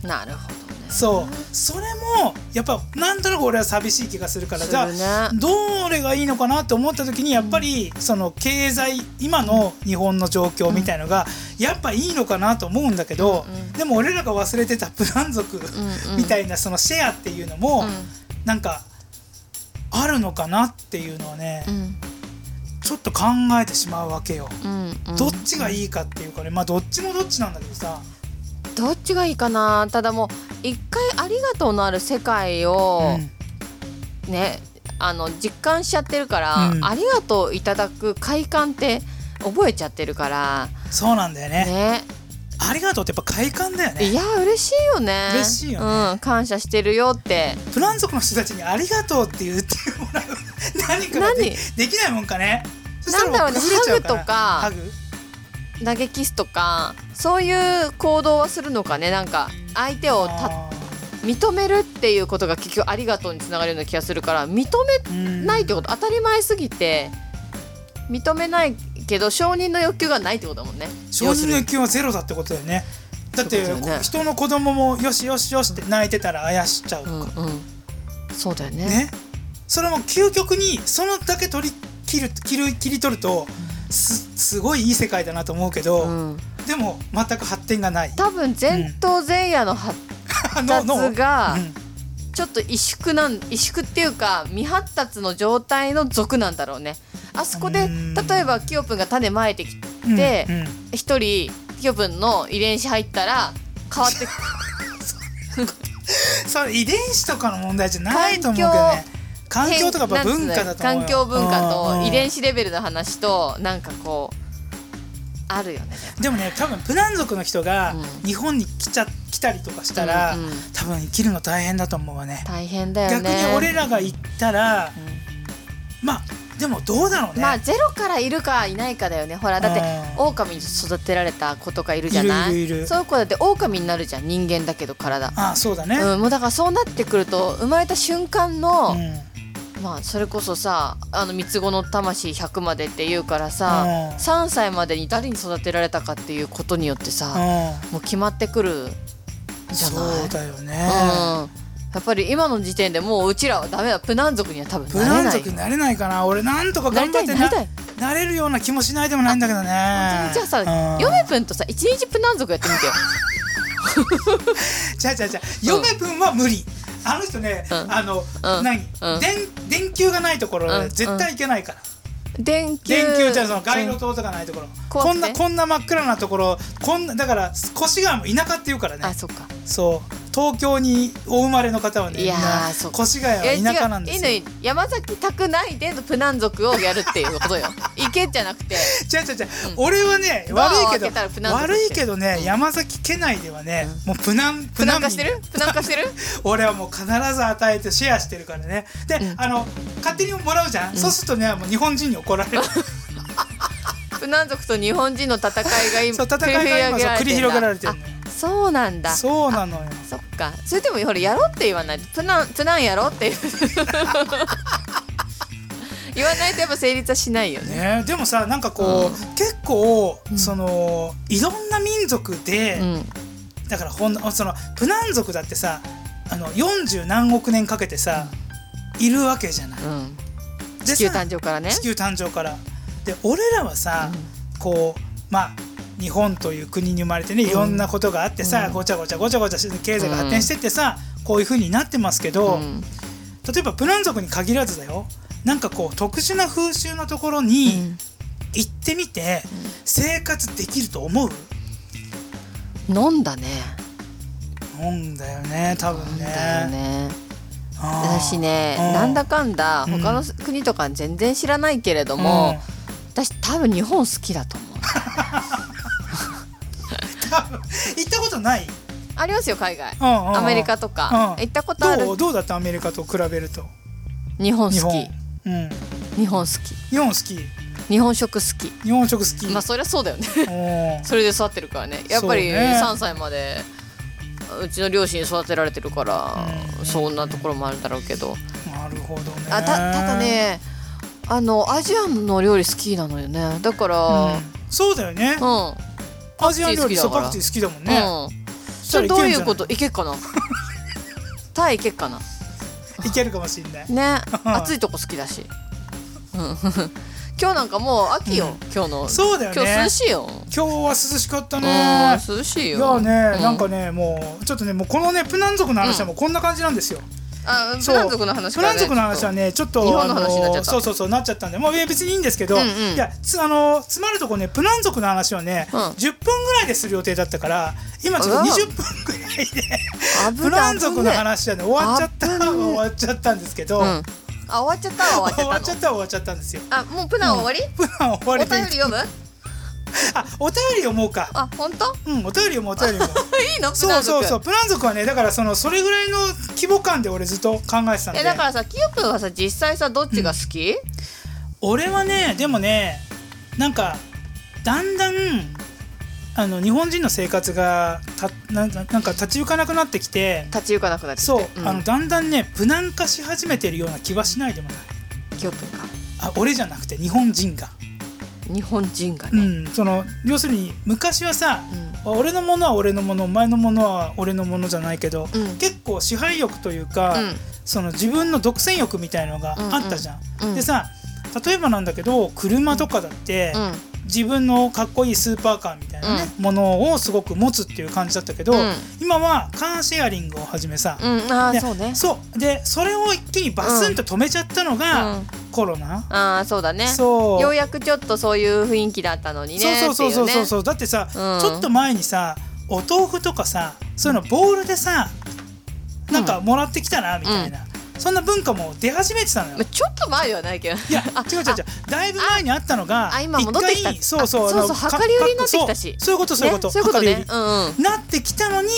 [SPEAKER 1] ら
[SPEAKER 2] んなるほどね
[SPEAKER 1] そうそれもやっぱなんとなく俺は寂しい気がするから
[SPEAKER 2] す
[SPEAKER 1] じゃあ
[SPEAKER 2] るね
[SPEAKER 1] どれがいいのかなって思った時にやっぱりその経済今の日本の状況みたいのがやっぱいいのかなと思うんだけど
[SPEAKER 2] うんうん
[SPEAKER 1] でも俺らが忘れてたプラン族
[SPEAKER 2] うんうん
[SPEAKER 1] みたいなそのシェアっていうのも
[SPEAKER 2] う
[SPEAKER 1] なんかあるのかなっていうのはね
[SPEAKER 2] ん
[SPEAKER 1] ちょっと考えてしまうわけよ。
[SPEAKER 2] うんうん
[SPEAKER 1] どっちがいいかっていうかねまあどっちもどっちなんだけどさ
[SPEAKER 2] どっちがいいかなただもう一回ありがとうのある世界を
[SPEAKER 1] うん
[SPEAKER 2] ね、あの実感しちゃってるから、
[SPEAKER 1] うん
[SPEAKER 2] ありがとういただく快感って覚えちゃってるから
[SPEAKER 1] そうなんだよね。
[SPEAKER 2] ね
[SPEAKER 1] ありがとうってやっぱ快感だよね
[SPEAKER 2] いや嬉しいよね
[SPEAKER 1] 嬉しいよね
[SPEAKER 2] うん、感謝してるよって
[SPEAKER 1] プラン族の人たちにありがとうって言っても らう何かがで
[SPEAKER 2] 何
[SPEAKER 1] できないもんかねそした
[SPEAKER 2] なんだろ
[SPEAKER 1] ら
[SPEAKER 2] う
[SPEAKER 1] も
[SPEAKER 2] ね
[SPEAKER 1] う崩れちゃうから
[SPEAKER 2] ハ
[SPEAKER 1] ハ
[SPEAKER 2] グ
[SPEAKER 1] グ
[SPEAKER 2] 投げキスとかそういう行動はするのかねなんか相手をた
[SPEAKER 1] あ
[SPEAKER 2] 認めるっていうことが結局ありがとうにつながるような気がするから認
[SPEAKER 1] ーう
[SPEAKER 2] め
[SPEAKER 1] ん
[SPEAKER 2] ないってこと当たり前すぎて認めないけど承認の欲求がないってことだもんね
[SPEAKER 1] 承認の欲求はゼロだってことだよねだって
[SPEAKER 2] そういうことだよね
[SPEAKER 1] 人の子供もよしよしよしって泣いてたらあやしちゃうとか、
[SPEAKER 2] うんうんそうだよね
[SPEAKER 1] ねそれも究極にそのだけ取り切る切る切り取るとすすごいいい世界だなと思うけど、
[SPEAKER 2] うん、
[SPEAKER 1] でも全く発展がない
[SPEAKER 2] 多分前頭前野の発
[SPEAKER 1] の
[SPEAKER 2] 達が
[SPEAKER 1] うん
[SPEAKER 2] ちょっと萎縮なん萎縮っていうか未発達の状態の属なんだろうねあそこ
[SPEAKER 1] う
[SPEAKER 2] で
[SPEAKER 1] ん
[SPEAKER 2] 例えばキヨプンが種まいてきて
[SPEAKER 1] うん
[SPEAKER 2] で
[SPEAKER 1] うん
[SPEAKER 2] 一人キヨプンの遺伝子入ったら変わってく
[SPEAKER 1] それ遺伝子とかの問題じゃないと思うけどね環境とかやっぱ文化だと思うよ
[SPEAKER 2] 環境文化
[SPEAKER 1] うんう
[SPEAKER 2] と
[SPEAKER 1] ん
[SPEAKER 2] 遺伝子レベルの話となんかこうあるよね
[SPEAKER 1] でもね多分プラン族の人が
[SPEAKER 2] うん
[SPEAKER 1] 日本に来ちゃ来たりとかしたら、
[SPEAKER 2] うんうん
[SPEAKER 1] 多分生きるの大変だと思うわね
[SPEAKER 2] 大変だよね
[SPEAKER 1] 逆に俺らが行ったら、まあでもどうだろうね、
[SPEAKER 2] まあゼロからいるかいないかだよねほらだって
[SPEAKER 1] うん
[SPEAKER 2] 狼に育てられた子とかいるじゃない
[SPEAKER 1] いるいるいる
[SPEAKER 2] そういう子だって狼になるじゃん人間だけど体
[SPEAKER 1] ああそうだね、
[SPEAKER 2] うん、もうだからそうなってくると生まれた瞬間
[SPEAKER 1] う
[SPEAKER 2] の、
[SPEAKER 1] ん
[SPEAKER 2] まあそれこそさあの三つ子の魂100までっていうからさ、
[SPEAKER 1] うん
[SPEAKER 2] 3歳までに誰に育てられたかっていうことによってさ、もう決まってくる
[SPEAKER 1] うん
[SPEAKER 2] じゃ
[SPEAKER 1] そ
[SPEAKER 2] な
[SPEAKER 1] う
[SPEAKER 2] い
[SPEAKER 1] だよね、
[SPEAKER 2] うん、やっぱり今の時点でもううちらはダメだプナン族には多分
[SPEAKER 1] プ
[SPEAKER 2] なれ
[SPEAKER 1] ラン
[SPEAKER 2] ない
[SPEAKER 1] 族になれないかな俺なんとか
[SPEAKER 2] な
[SPEAKER 1] 頑
[SPEAKER 2] り
[SPEAKER 1] 張って
[SPEAKER 2] たいな
[SPEAKER 1] な
[SPEAKER 2] りたい
[SPEAKER 1] なれるような気もしないでもないんだけどね
[SPEAKER 2] じゃあさ、
[SPEAKER 1] うん
[SPEAKER 2] ヨメプンとさ一日プナン族やってみて よ
[SPEAKER 1] じゃじゃじゃ、嫁分は無理。あの人ね、
[SPEAKER 2] うん
[SPEAKER 1] あの、
[SPEAKER 2] ん
[SPEAKER 1] 何、
[SPEAKER 2] うん
[SPEAKER 1] 電電球がないところ
[SPEAKER 2] う
[SPEAKER 1] で
[SPEAKER 2] ん
[SPEAKER 1] 絶対行けないから。
[SPEAKER 2] 電球
[SPEAKER 1] 電球じゃその街路灯とかないところ。
[SPEAKER 2] 怖
[SPEAKER 1] こ
[SPEAKER 2] くて
[SPEAKER 1] んなこんな真っ暗なところ、こんなだから越川も田舎っていうから
[SPEAKER 2] あ
[SPEAKER 1] ね。
[SPEAKER 2] そっか
[SPEAKER 1] そう、東京にお生まれの方はね、
[SPEAKER 2] いやー
[SPEAKER 1] みんな
[SPEAKER 2] そ
[SPEAKER 1] 越
[SPEAKER 2] っか
[SPEAKER 1] 谷は田舎なんですよ。
[SPEAKER 2] いや違う乾山崎宅内でのプナン族をやるっていうことよいけじゃなくて
[SPEAKER 1] 違う違う違う、俺はね悪いけ
[SPEAKER 2] ドアを開けたらプナ
[SPEAKER 1] ど
[SPEAKER 2] ンとして
[SPEAKER 1] 悪いけどね、山崎家内ではね、もうプナン
[SPEAKER 2] プ
[SPEAKER 1] プ
[SPEAKER 2] ナ
[SPEAKER 1] ナ
[SPEAKER 2] ン
[SPEAKER 1] ン
[SPEAKER 2] 化してるプナン化してる
[SPEAKER 1] 俺はもう必ず与えてシェアしてるからねで、あの勝手にもらうじゃん、そうするとねもう日本人に怒られる
[SPEAKER 2] プナン族と日本人の戦いが 今
[SPEAKER 1] そう戦いが今そう繰り広げられてるの
[SPEAKER 2] んだあそうなんだそ
[SPEAKER 1] そうなのよ
[SPEAKER 2] っかそれでもほらやろうって言わないとプナンプナンやろうっていう 言わないとやっぱ成立はしないよね
[SPEAKER 1] ね、でもさなんかこう、結構、そのいろんな民族で、
[SPEAKER 2] うん
[SPEAKER 1] だからほんそのプナン族だってさあの40何億年かけてさ、いるわけじゃない。
[SPEAKER 2] うん
[SPEAKER 1] で
[SPEAKER 2] 地球
[SPEAKER 1] さ
[SPEAKER 2] 誕生からね
[SPEAKER 1] 地球誕生から。で俺らはさ、こうまあ日本という国に生まれてねいろんなことがあってさ、ごちゃごちゃごちゃごちゃして経済が発展してってさ、こういうふうになってますけど、
[SPEAKER 2] うん
[SPEAKER 1] 例えばプラン族に限らずだよなんかこう特殊な風習のところに行ってみて、生活できると思う
[SPEAKER 2] 飲んだね
[SPEAKER 1] なんだよね多分ね。
[SPEAKER 2] だよね
[SPEAKER 1] あー
[SPEAKER 2] 私ね
[SPEAKER 1] うん
[SPEAKER 2] なんだかんだ
[SPEAKER 1] うん
[SPEAKER 2] 他の国とか全然知らないけれども、私多分日本好きだと思う
[SPEAKER 1] うん多分行ったことない、
[SPEAKER 2] ありますよ海外
[SPEAKER 1] うんうんうん
[SPEAKER 2] アメリカとか
[SPEAKER 1] うん
[SPEAKER 2] 行ったことある
[SPEAKER 1] どうどうだったアメリカと比べると
[SPEAKER 2] 日本
[SPEAKER 1] 日
[SPEAKER 2] 好
[SPEAKER 1] 本
[SPEAKER 2] き
[SPEAKER 1] うん、
[SPEAKER 2] 日本好き
[SPEAKER 1] 日本好き
[SPEAKER 2] 日本食好き
[SPEAKER 1] 日本食好き、
[SPEAKER 2] まあそりゃそうだよね
[SPEAKER 1] うん
[SPEAKER 2] それで育ってるからねやっぱ
[SPEAKER 1] そ
[SPEAKER 2] り
[SPEAKER 1] うね
[SPEAKER 2] 3歳までうちの両親に育てられてるからそんなところもあるんだろうけど
[SPEAKER 1] なるほどね
[SPEAKER 2] あたただねあのアジアの料理好きなのよねだか
[SPEAKER 1] う
[SPEAKER 2] ら
[SPEAKER 1] んそうだよね
[SPEAKER 2] うん、
[SPEAKER 1] アジアン料理そう
[SPEAKER 2] パ
[SPEAKER 1] パ
[SPEAKER 2] ク
[SPEAKER 1] ク
[SPEAKER 2] チ
[SPEAKER 1] チー好きだもんね、
[SPEAKER 2] うん
[SPEAKER 1] そ
[SPEAKER 2] それ
[SPEAKER 1] した
[SPEAKER 2] ど
[SPEAKER 1] ら
[SPEAKER 2] う
[SPEAKER 1] いけん
[SPEAKER 2] い
[SPEAKER 1] じゃな
[SPEAKER 2] うこといけっ かなタイいけっかない
[SPEAKER 1] けるかもしれない
[SPEAKER 2] ね
[SPEAKER 1] うん
[SPEAKER 2] 暑いとこ好きだし、うん、 今日なんかもう秋よ、
[SPEAKER 1] うん
[SPEAKER 2] 今日の
[SPEAKER 1] そうだよね
[SPEAKER 2] 今日涼しいよ、
[SPEAKER 1] 今日は涼しかった
[SPEAKER 2] う
[SPEAKER 1] ね
[SPEAKER 2] ん涼しい
[SPEAKER 1] い
[SPEAKER 2] よ
[SPEAKER 1] やね、
[SPEAKER 2] う
[SPEAKER 1] なんかねもうちょっとねもうこのねプナン族の話はもうこんな感じなんですよ、
[SPEAKER 2] あプ
[SPEAKER 1] そう
[SPEAKER 2] ラン族の話
[SPEAKER 1] プ
[SPEAKER 2] から、
[SPEAKER 1] ラ
[SPEAKER 2] ね、
[SPEAKER 1] ン族の話はねちょっと
[SPEAKER 2] 日本の話になっちゃった
[SPEAKER 1] あのそうそうそうなっちゃったんでもういや別にいいんですけど、
[SPEAKER 2] うんうん
[SPEAKER 1] いやつあの詰まるとこねプラン族の話はね、
[SPEAKER 2] うん
[SPEAKER 1] 10分ぐらいでする予定だったから今ちょっと20分ぐらいで、
[SPEAKER 2] 危
[SPEAKER 1] プラン
[SPEAKER 2] ない
[SPEAKER 1] 族の話はね終わっちゃった
[SPEAKER 2] 危ねえ
[SPEAKER 1] 終わっちゃったんですけど、
[SPEAKER 2] 危ないうん、あ終わっちゃったわ終
[SPEAKER 1] 終
[SPEAKER 2] わ
[SPEAKER 1] わ
[SPEAKER 2] っ
[SPEAKER 1] っ
[SPEAKER 2] ち
[SPEAKER 1] ち
[SPEAKER 2] ゃ
[SPEAKER 1] ゃ
[SPEAKER 2] っ
[SPEAKER 1] ったた終わっちゃったんですよ
[SPEAKER 2] のあもうプラン終わり、
[SPEAKER 1] プラン終わ
[SPEAKER 2] お
[SPEAKER 1] り
[SPEAKER 2] 便
[SPEAKER 1] で
[SPEAKER 2] り読む
[SPEAKER 1] あお便り読もうか
[SPEAKER 2] あ本 当
[SPEAKER 1] うんお便り読もうお便り読もう
[SPEAKER 2] いい のプ
[SPEAKER 1] そ
[SPEAKER 2] ラン
[SPEAKER 1] う
[SPEAKER 2] 族
[SPEAKER 1] そうそうプラン族はねだからそのそれぐらいの規模感で俺ずっと考えてたんで
[SPEAKER 2] えだからさキヨ君はさ実際さどっちが好き、
[SPEAKER 1] 俺はねでもねなんかだんだんあの日本人の生活がたなんなんか立ち行かなくなってきて
[SPEAKER 2] 立ち行かなくなってきて
[SPEAKER 1] そう、
[SPEAKER 2] ん、
[SPEAKER 1] あのだんだんね無難化し始めてるような気はしないでもない
[SPEAKER 2] キヨ君か
[SPEAKER 1] あ俺じゃなくて日本人が。
[SPEAKER 2] 日本人が
[SPEAKER 1] う
[SPEAKER 2] ね、
[SPEAKER 1] ん、その要するに昔はさ、
[SPEAKER 2] う
[SPEAKER 1] 俺のものは俺のものお前のものは俺のものじゃないけど、
[SPEAKER 2] うん
[SPEAKER 1] 結構支配欲というか、
[SPEAKER 2] うん
[SPEAKER 1] その自分の独占欲みたいのがあったじゃん。
[SPEAKER 2] うんうん
[SPEAKER 1] でさ例えばなんだけど車とかだって、
[SPEAKER 2] うん
[SPEAKER 1] 自分のかっこいいスーパーカーみたいなね、ものをすごく持つっていう感じだったけど、
[SPEAKER 2] うん
[SPEAKER 1] 今はカーシェアリングをはじめさ、
[SPEAKER 2] うん、あ
[SPEAKER 1] で
[SPEAKER 2] あそうね
[SPEAKER 1] そうでそれを一気にバスンと止めちゃったのが、
[SPEAKER 2] うん
[SPEAKER 1] コロナ。
[SPEAKER 2] ああそうだね
[SPEAKER 1] そう
[SPEAKER 2] ようやくちょっとそういう雰囲気だったのにね
[SPEAKER 1] そうそうそうそうそう
[SPEAKER 2] う
[SPEAKER 1] そうだってさ、
[SPEAKER 2] うん
[SPEAKER 1] ちょっと前にさお豆腐とかさそういうのボールでさなんかもらってきたなみたいな、そんな文化も出始めてたのよ。
[SPEAKER 2] ちょっと前ではないけど
[SPEAKER 1] いや
[SPEAKER 2] あ
[SPEAKER 1] 違う違う違うだいぶ前にあったのが
[SPEAKER 2] あ今戻ってきた
[SPEAKER 1] 一回そうそう
[SPEAKER 2] あそうそう
[SPEAKER 1] あのか
[SPEAKER 2] 量り売りになってきたし
[SPEAKER 1] そうそういうことそういうこと、
[SPEAKER 2] ね、そういうこと
[SPEAKER 1] 量り
[SPEAKER 2] ね
[SPEAKER 1] 売
[SPEAKER 2] うんうん
[SPEAKER 1] りなってきたのに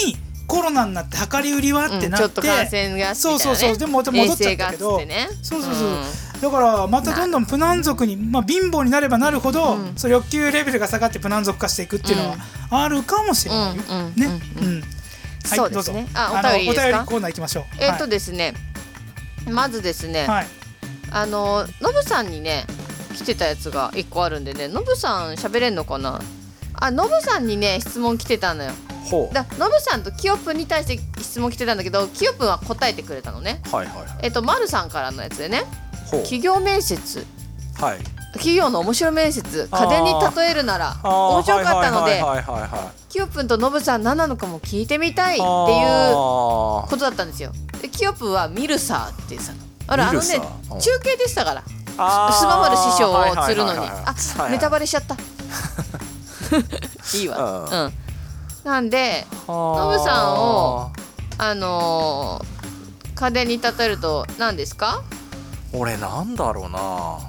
[SPEAKER 1] コロナになって量り売りはって
[SPEAKER 2] うん
[SPEAKER 1] なって、
[SPEAKER 2] ちょっと感染が
[SPEAKER 1] そうそうそうでもまた戻っちゃったけど
[SPEAKER 2] 衛生がっつってね
[SPEAKER 1] そうそうそう、だからまたどんどんプナン族に、まあ、貧乏になればなるほど、
[SPEAKER 2] うん
[SPEAKER 1] そう欲求レベルが下がってプナン族化していくっていうのはあるかもしれないよ、
[SPEAKER 2] うんうん
[SPEAKER 1] ね、
[SPEAKER 2] うん
[SPEAKER 1] うんはい
[SPEAKER 2] そうですね
[SPEAKER 1] どうぞ
[SPEAKER 2] あお便りいいですか
[SPEAKER 1] あのお便りコーナー行きましょう
[SPEAKER 2] えっ、とですね、まずですね、
[SPEAKER 1] はい、はい、
[SPEAKER 2] あのノブさんにね来てたやつが一個あるんでねノブさん喋れんのかなあノブさんにね質問来てたのよ
[SPEAKER 3] ほう
[SPEAKER 2] だノブさんとキヨプンに対して質問来てたんだけどキヨプンは答えてくれたのね
[SPEAKER 3] はいはいはい
[SPEAKER 2] えっと、ま、るさんからのやつでね
[SPEAKER 3] ほう
[SPEAKER 2] 企業面接
[SPEAKER 3] はい
[SPEAKER 2] 企業の面白面接家電に例えるなら
[SPEAKER 3] あー
[SPEAKER 2] 面白かったので
[SPEAKER 3] はいはいはいはいはい
[SPEAKER 2] キヨプンとノブさん何なのかも聞いてみたいっていう
[SPEAKER 3] あ
[SPEAKER 2] ことだったんですよでキヨプンはミルサーってさあらあの
[SPEAKER 3] ミ
[SPEAKER 2] ね
[SPEAKER 3] ルサーうん
[SPEAKER 2] 中継でしたから
[SPEAKER 3] ーあー
[SPEAKER 2] スママル師匠
[SPEAKER 3] はい
[SPEAKER 2] を
[SPEAKER 3] はい
[SPEAKER 2] 釣る
[SPEAKER 3] は
[SPEAKER 2] の
[SPEAKER 3] い
[SPEAKER 2] に
[SPEAKER 3] はい
[SPEAKER 2] あ
[SPEAKER 3] はいはい
[SPEAKER 2] ネタバレしちゃった いいわうんなんでノブさんをあのー家電に例えると何ですか
[SPEAKER 3] 俺なんだろうな、あ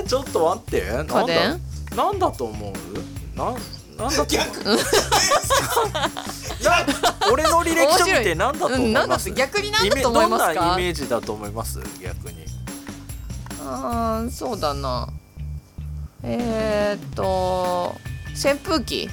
[SPEAKER 3] えーちょっと待ってなんだ
[SPEAKER 2] 家電
[SPEAKER 3] なんだと思うなんなんだと思うな俺の履歴書見てなんだと思います、
[SPEAKER 2] うんなんだ逆になんだと思いますか
[SPEAKER 3] イメどんなイメージだと思います逆に
[SPEAKER 2] あーそうだなえー、っと扇風機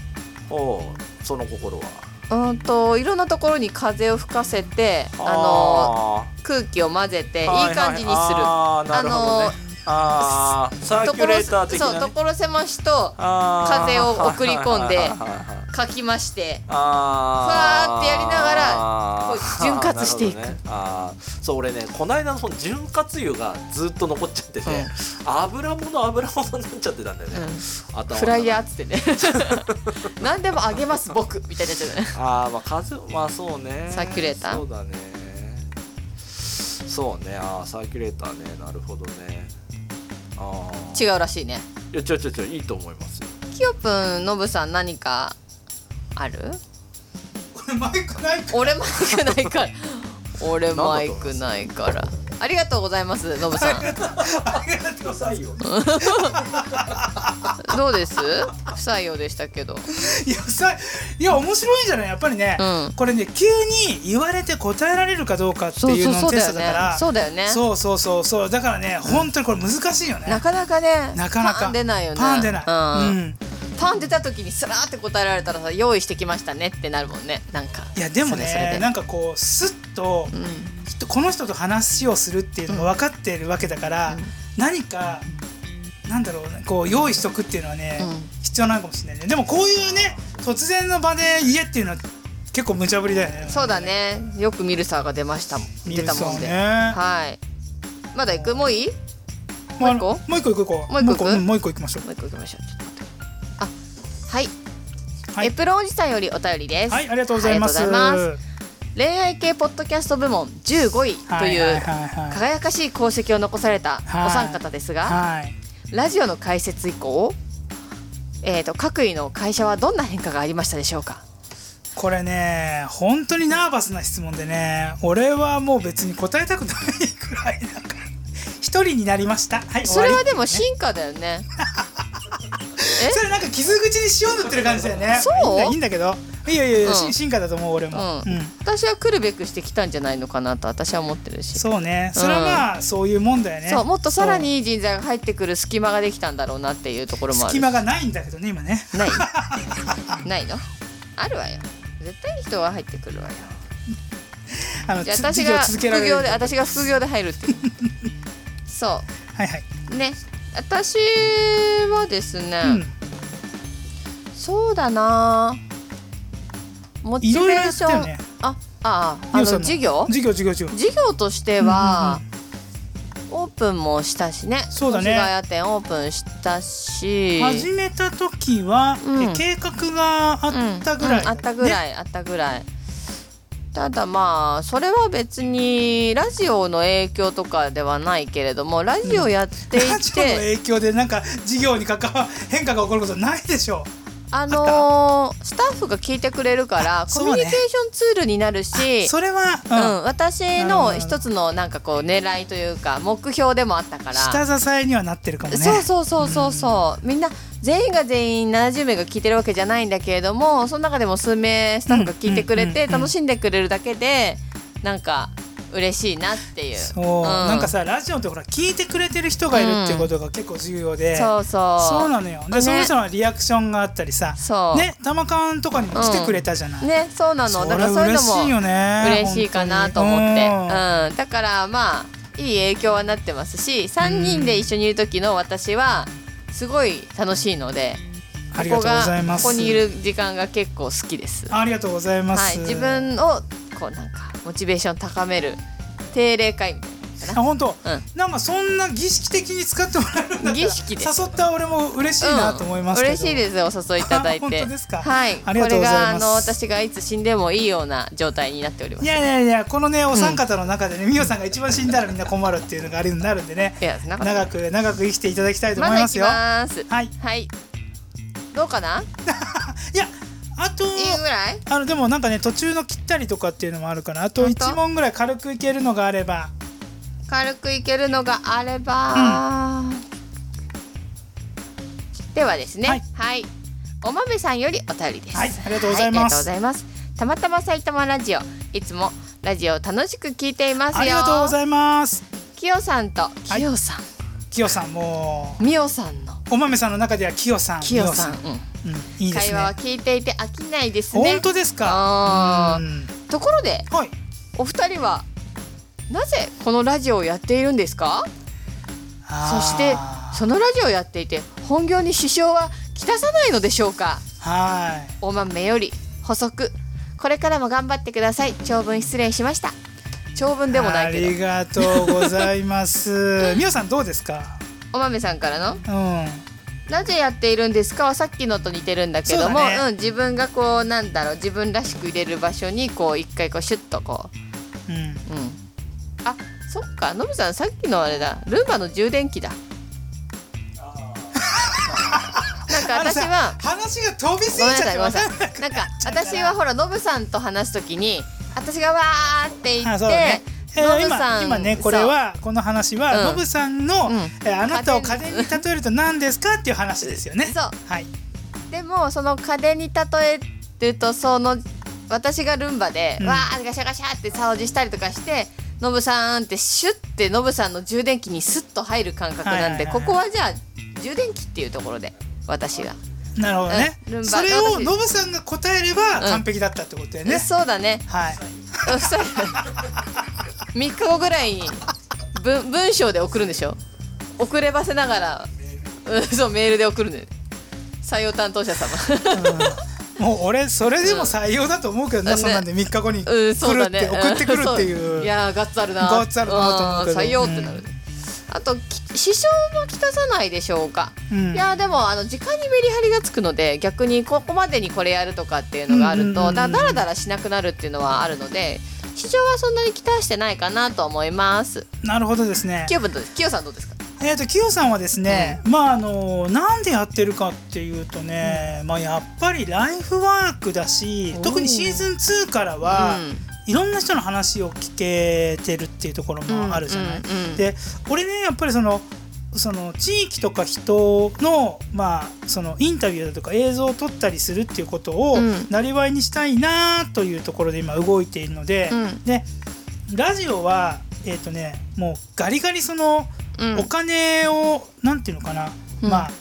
[SPEAKER 3] おうその心は
[SPEAKER 2] うーんといろんなところに風を吹かせてあの空気を混ぜていい
[SPEAKER 3] ーはは
[SPEAKER 2] 感じにする。
[SPEAKER 3] あーなるほどねあーサーキュレーター的な、ね、
[SPEAKER 2] そう所狭しと
[SPEAKER 3] あー
[SPEAKER 2] 風を送り込んで
[SPEAKER 3] はいはいはいはい
[SPEAKER 2] かきまして
[SPEAKER 3] あ
[SPEAKER 2] ふわーってやりながら
[SPEAKER 3] あー
[SPEAKER 2] こう潤滑していく
[SPEAKER 3] なるほどねあーそう俺ねこの間のその潤滑油がずっと残っちゃってて、油物油物になっちゃってたんだよね、頭の中
[SPEAKER 2] フライヤーっつってね 何でもあげます僕みたいになっちゃうね
[SPEAKER 3] ああまあ風まあそうね
[SPEAKER 2] サーキュレーター
[SPEAKER 3] そうだねそうねあーサーキュレーターねなるほどねああ
[SPEAKER 2] 違うらしいね
[SPEAKER 3] いや違う違う違ういいと思いますよ
[SPEAKER 2] きよぷんのぶさん何かある
[SPEAKER 1] これマイクないか
[SPEAKER 2] 俺マイクないから 俺マイクないからありがとうございますのぶさん
[SPEAKER 1] ありがとうございま
[SPEAKER 2] どうです不採用でしたけど
[SPEAKER 1] すいやさいや面白いんじゃないやっぱりね、
[SPEAKER 2] うん
[SPEAKER 1] これね急に言われて答えられるかどうかっていうののテストだから
[SPEAKER 2] そうそうそうだよね
[SPEAKER 1] そうそうそうそうだからね本当にこれ難しいよね
[SPEAKER 2] なかなかね
[SPEAKER 1] なかなか
[SPEAKER 2] パン出ないよね
[SPEAKER 1] パン出ない、
[SPEAKER 2] う
[SPEAKER 1] う
[SPEAKER 2] ん
[SPEAKER 1] ん
[SPEAKER 2] パン出た時にスラーって答えられたらさ用意してきましたねってなるもんねなんか
[SPEAKER 1] いやでもね
[SPEAKER 2] それそれで
[SPEAKER 1] なんかこうスッと、
[SPEAKER 2] うん
[SPEAKER 1] きっとこの人と話をするっていうのが分かっているわけだから、何かなんだろうねこう用意しとくっていうのはね、
[SPEAKER 2] う
[SPEAKER 1] 必要なのかもしれないねでもこういうね突然の場で家っていうのは結構無茶ぶりだよね
[SPEAKER 2] そうだねよくミルサーが出ましたもん出たもん
[SPEAKER 1] ミ
[SPEAKER 2] で、
[SPEAKER 1] ルサーね
[SPEAKER 2] はいまだ行くもういい
[SPEAKER 1] まあ
[SPEAKER 2] もう一
[SPEAKER 1] もう一個行こう
[SPEAKER 2] もう一個行く
[SPEAKER 1] うんもう一個行きましょ
[SPEAKER 2] もう一個行きましょうちょっと待ってあはい、
[SPEAKER 1] はい
[SPEAKER 2] エプロンおじさんよりお便りで
[SPEAKER 1] う
[SPEAKER 2] す
[SPEAKER 1] はいありがとうございます
[SPEAKER 2] ありがとうございます恋愛系ポッドキャスト部門15位と
[SPEAKER 1] はい
[SPEAKER 2] い
[SPEAKER 1] はいうはいはい
[SPEAKER 2] 輝かしい功績を残された
[SPEAKER 1] はい
[SPEAKER 2] お三方ですが、
[SPEAKER 1] はい
[SPEAKER 2] ラジオの開設以降、えー、と各位の会社はどんな変化がありましたでしょうか
[SPEAKER 1] これね本当にナーバスな質問でね俺はもう別に答えたくないくらいなんか一人になりましたはい
[SPEAKER 2] それはで
[SPEAKER 1] 終わ
[SPEAKER 2] も進化だよね
[SPEAKER 1] りそれなんか傷口に塩塗ってる感じだよね
[SPEAKER 2] そう
[SPEAKER 1] いいんだいいんだけどいやいやいや、
[SPEAKER 2] うん
[SPEAKER 1] し進化だと思う俺も、
[SPEAKER 2] うん
[SPEAKER 1] うん
[SPEAKER 2] 私は来るべくしてきたんじゃないのかなと私は思ってるし
[SPEAKER 1] そうねそれはまあ、そういうもんだよね
[SPEAKER 2] そうもっとさらにいい人材が入ってくる隙間ができたんだろうなっていうところもある
[SPEAKER 1] 隙間がないんだけどね今ね
[SPEAKER 2] ないないのあるわよ絶対に人は入ってくるわよ
[SPEAKER 1] あの
[SPEAKER 2] じゃあ
[SPEAKER 1] つ
[SPEAKER 2] 私
[SPEAKER 1] 授業
[SPEAKER 2] が
[SPEAKER 1] 続
[SPEAKER 2] 副
[SPEAKER 1] けられる
[SPEAKER 2] 業で私が副業で入るっていうそ
[SPEAKER 1] はいはいう
[SPEAKER 2] ね私はですね、
[SPEAKER 1] うん
[SPEAKER 2] そうだなモチ
[SPEAKER 1] い
[SPEAKER 2] ベ
[SPEAKER 1] ろいろや
[SPEAKER 2] ー
[SPEAKER 1] っ
[SPEAKER 2] シ
[SPEAKER 1] た
[SPEAKER 2] ョン
[SPEAKER 1] よね
[SPEAKER 2] あああの
[SPEAKER 1] ミオさん
[SPEAKER 2] 授業
[SPEAKER 1] 授業授業授業
[SPEAKER 2] 授業としては、オープンもしたしね
[SPEAKER 1] そうだね
[SPEAKER 2] 越谷店オープンしたし
[SPEAKER 1] 始めた時は、
[SPEAKER 2] うん
[SPEAKER 1] え計画があったぐらい、
[SPEAKER 2] うんうんあったぐ
[SPEAKER 1] い、
[SPEAKER 2] らい、あったぐらいただまあそれは別にラジオの影響とかではないけれどもラジオやってい
[SPEAKER 1] ラジオの
[SPEAKER 2] て、
[SPEAKER 1] 影響でなんか事業に関わ変化が起こることないでしょ
[SPEAKER 2] あのースタッフが聞いてくれるから
[SPEAKER 1] そ
[SPEAKER 2] コ
[SPEAKER 1] う
[SPEAKER 2] ミ
[SPEAKER 1] ね
[SPEAKER 2] ュニケーションツールになるし
[SPEAKER 1] う。それは、
[SPEAKER 2] う
[SPEAKER 1] うん
[SPEAKER 2] ん、私の一つのなんかこう狙いというか目標でもあったから
[SPEAKER 1] 下支えにはなってるかもね。
[SPEAKER 2] そうそうそうそうそう、みんな全員が全員70名が聞いてるわけじゃないんだけれどもその中でも数名スタッフが聞いてくれ
[SPEAKER 1] うんうんう
[SPEAKER 2] て
[SPEAKER 1] んうん
[SPEAKER 2] 楽しんでくれるだけでなんか嬉しいなっていう
[SPEAKER 1] そう
[SPEAKER 2] うん
[SPEAKER 1] なんかさラジオってほら聞いてくれてる人がいるっていうことが結構重要で、
[SPEAKER 2] そうそう
[SPEAKER 1] そうなのよで、
[SPEAKER 2] ね
[SPEAKER 1] その人のリアクションがあったりさ
[SPEAKER 2] そう
[SPEAKER 1] ね玉缶とかにも来てくれたじゃない、
[SPEAKER 2] ねそうなの
[SPEAKER 1] そ
[SPEAKER 2] だ
[SPEAKER 1] れ
[SPEAKER 2] からそういう
[SPEAKER 1] 嬉
[SPEAKER 2] の
[SPEAKER 1] しいよ
[SPEAKER 2] も
[SPEAKER 1] ね
[SPEAKER 2] 嬉しいかなと思って、
[SPEAKER 1] 本当に
[SPEAKER 2] うん、だからまあいい影響はなってますし3人で一緒にいる時の私はすごい楽しいので
[SPEAKER 1] ありがとうございます
[SPEAKER 2] ここがここにいる時間が結構好きです
[SPEAKER 1] ありがとうございま
[SPEAKER 2] は
[SPEAKER 1] す、
[SPEAKER 2] い、自分をこうなんかモチベーション高める定例会みたい
[SPEAKER 1] あ本当、
[SPEAKER 2] うん
[SPEAKER 1] なんかそんな儀式的に使ってもらえるんだったら
[SPEAKER 2] 儀式で
[SPEAKER 1] 誘った俺も嬉しいな
[SPEAKER 2] な。
[SPEAKER 1] と思いますけど、
[SPEAKER 2] うん、嬉しいですお誘いいただいて。
[SPEAKER 1] 本当ですか
[SPEAKER 2] はい、
[SPEAKER 1] ありがとうございます
[SPEAKER 2] これがあの私がいつ死んでもいいような状態になっております。
[SPEAKER 1] い
[SPEAKER 2] いや、
[SPEAKER 1] やいやいやこのねお三方の中でね、ミオさんが一番死んだらみんな困るっていうのがあるようになるんでね
[SPEAKER 2] なんか
[SPEAKER 1] 長く長く生きていただきたいと思
[SPEAKER 2] ま
[SPEAKER 1] いま
[SPEAKER 2] だ行
[SPEAKER 1] す
[SPEAKER 2] き
[SPEAKER 1] よ、
[SPEAKER 2] ます。
[SPEAKER 1] はい
[SPEAKER 2] はい。どうかな？い
[SPEAKER 1] いやあと
[SPEAKER 2] いぐらい？
[SPEAKER 1] あのでもなんかね途中の切ったりとかっていうのもあるからあと
[SPEAKER 2] 本当
[SPEAKER 1] 1問ぐらい軽くいけるのがあれば
[SPEAKER 2] 軽くいけるのがあれば、ではですね
[SPEAKER 1] は
[SPEAKER 2] はいい、おまめさんよりお便りです
[SPEAKER 1] はいありがとうございます
[SPEAKER 2] はありがとうございますたまたま埼玉ラジオいつもラジオを楽しく聞いていますよ
[SPEAKER 1] ありがとうございます
[SPEAKER 2] きよさんと
[SPEAKER 1] い
[SPEAKER 2] きよさん、
[SPEAKER 1] きよさんも
[SPEAKER 2] みよさんの
[SPEAKER 1] うお豆さんの中ではきよさん
[SPEAKER 2] きよさん、
[SPEAKER 1] み
[SPEAKER 2] うん
[SPEAKER 1] よさんうんいいです
[SPEAKER 2] 会話は
[SPEAKER 1] ね
[SPEAKER 2] 聞いていて飽きないですね
[SPEAKER 1] 本当ですか
[SPEAKER 2] あ
[SPEAKER 1] う
[SPEAKER 2] ー
[SPEAKER 1] ん
[SPEAKER 2] ところで
[SPEAKER 1] はい
[SPEAKER 2] お二人はなぜこのラジオをやっているんですかそして
[SPEAKER 1] あー
[SPEAKER 2] そのラジオをやっていて本業に支障はきたさないのでしょうか
[SPEAKER 1] はい
[SPEAKER 2] おまめより補足これからも頑張ってください長文失礼しました長文でもないけ
[SPEAKER 1] あ
[SPEAKER 2] ど
[SPEAKER 1] りがとうござい ます。みおさんどうですか。
[SPEAKER 2] おまめさんからの
[SPEAKER 1] うん。
[SPEAKER 2] なぜやっているんですかはさっきのと似てるんだけど
[SPEAKER 1] そう
[SPEAKER 2] も
[SPEAKER 1] だね
[SPEAKER 2] うん、自分がこうなんだろう自分らしく入れる場所にこう一回こうシュッとこ
[SPEAKER 1] うん。
[SPEAKER 2] ううんあそっかのぶさんさっきのあれだルンバの充電器だなんか
[SPEAKER 1] あの
[SPEAKER 2] 私
[SPEAKER 1] さ
[SPEAKER 2] は
[SPEAKER 1] 話が飛びすぎ
[SPEAKER 2] ごめんな
[SPEAKER 1] ちゃって
[SPEAKER 2] さいごめんな
[SPEAKER 1] わ
[SPEAKER 2] さ
[SPEAKER 1] か
[SPEAKER 2] い
[SPEAKER 1] んなく
[SPEAKER 2] なんか
[SPEAKER 1] ちゃった
[SPEAKER 2] 私はほらノブさんと話すときに私がわーって 言
[SPEAKER 1] あ
[SPEAKER 2] っ
[SPEAKER 1] そうだね
[SPEAKER 2] て
[SPEAKER 1] え
[SPEAKER 2] ノ
[SPEAKER 1] ー、
[SPEAKER 2] ブさ
[SPEAKER 1] 今
[SPEAKER 2] ん
[SPEAKER 1] 今ねこれはこの話は
[SPEAKER 2] うん
[SPEAKER 1] ノブさんの、
[SPEAKER 2] うん
[SPEAKER 1] えーあなたを家電に例えると何ですかっていう話ですよね。
[SPEAKER 2] そう
[SPEAKER 1] はい。
[SPEAKER 2] そうでもその家電に例えるとその私がルンバで、
[SPEAKER 1] うん
[SPEAKER 2] わーガシャガシャって掃除したりとかしてノブさんってシュッてノブさんの充電器にスッと入る感覚な
[SPEAKER 1] は
[SPEAKER 2] んで、
[SPEAKER 1] いはいはいはい
[SPEAKER 2] ここはじゃあ充電器っていうところで私が、
[SPEAKER 1] なるほどね。
[SPEAKER 2] うんルンバ
[SPEAKER 1] それを
[SPEAKER 2] 私
[SPEAKER 1] ノブさんが答えれば完璧だったってことだよね。
[SPEAKER 2] そうだね
[SPEAKER 1] はい。
[SPEAKER 2] 3日後ぐらいに文文章で送るんでしょ遅ればせながらうんそうメールで送るんで採用担当者様
[SPEAKER 1] もう俺それでも採用だと思うけどな、
[SPEAKER 2] うん
[SPEAKER 1] そんなんで3日後に来
[SPEAKER 2] う
[SPEAKER 1] る
[SPEAKER 2] ん
[SPEAKER 1] って、
[SPEAKER 2] そうだね
[SPEAKER 1] 送ってくるってい
[SPEAKER 2] ん
[SPEAKER 1] う。
[SPEAKER 2] そやーガッツあるな
[SPEAKER 1] ガッツあるなと思うけど
[SPEAKER 2] ん採用ってなる、
[SPEAKER 1] うん
[SPEAKER 2] あとき支障もきたさないでしょうか、
[SPEAKER 1] うん
[SPEAKER 2] いやーでもあの時間にメリハリがつくので逆にここまでにこれやるとかっていうのがあると、
[SPEAKER 1] うんうんうん
[SPEAKER 2] だだらだらしなくなるっていうのはあるので市場はそんなに期待してないかなと思います。
[SPEAKER 1] なるほどですね。
[SPEAKER 2] キヨブンどうですキヨさんどうですか。
[SPEAKER 1] えー、とキヨさんはですね、まああのなんでやってるかっていうとね、まあ、やっぱりライフワークだし
[SPEAKER 2] おー
[SPEAKER 1] 特にシーズン2からは、いろんな人の話を聞けてるっていうところもあるじゃない。
[SPEAKER 2] うんうんうん
[SPEAKER 1] で俺ねやっぱりそのその地域とか人の,、まあ、そのインタビューだとか映像を撮ったりするっていうことを
[SPEAKER 2] うん
[SPEAKER 1] なりわいにしたいなというところで今動いているので、
[SPEAKER 2] うん
[SPEAKER 1] でラジオはえっ、とねもうガリガリその
[SPEAKER 2] うん、うん
[SPEAKER 1] お金をなんていうのかな、
[SPEAKER 2] うん
[SPEAKER 1] まあ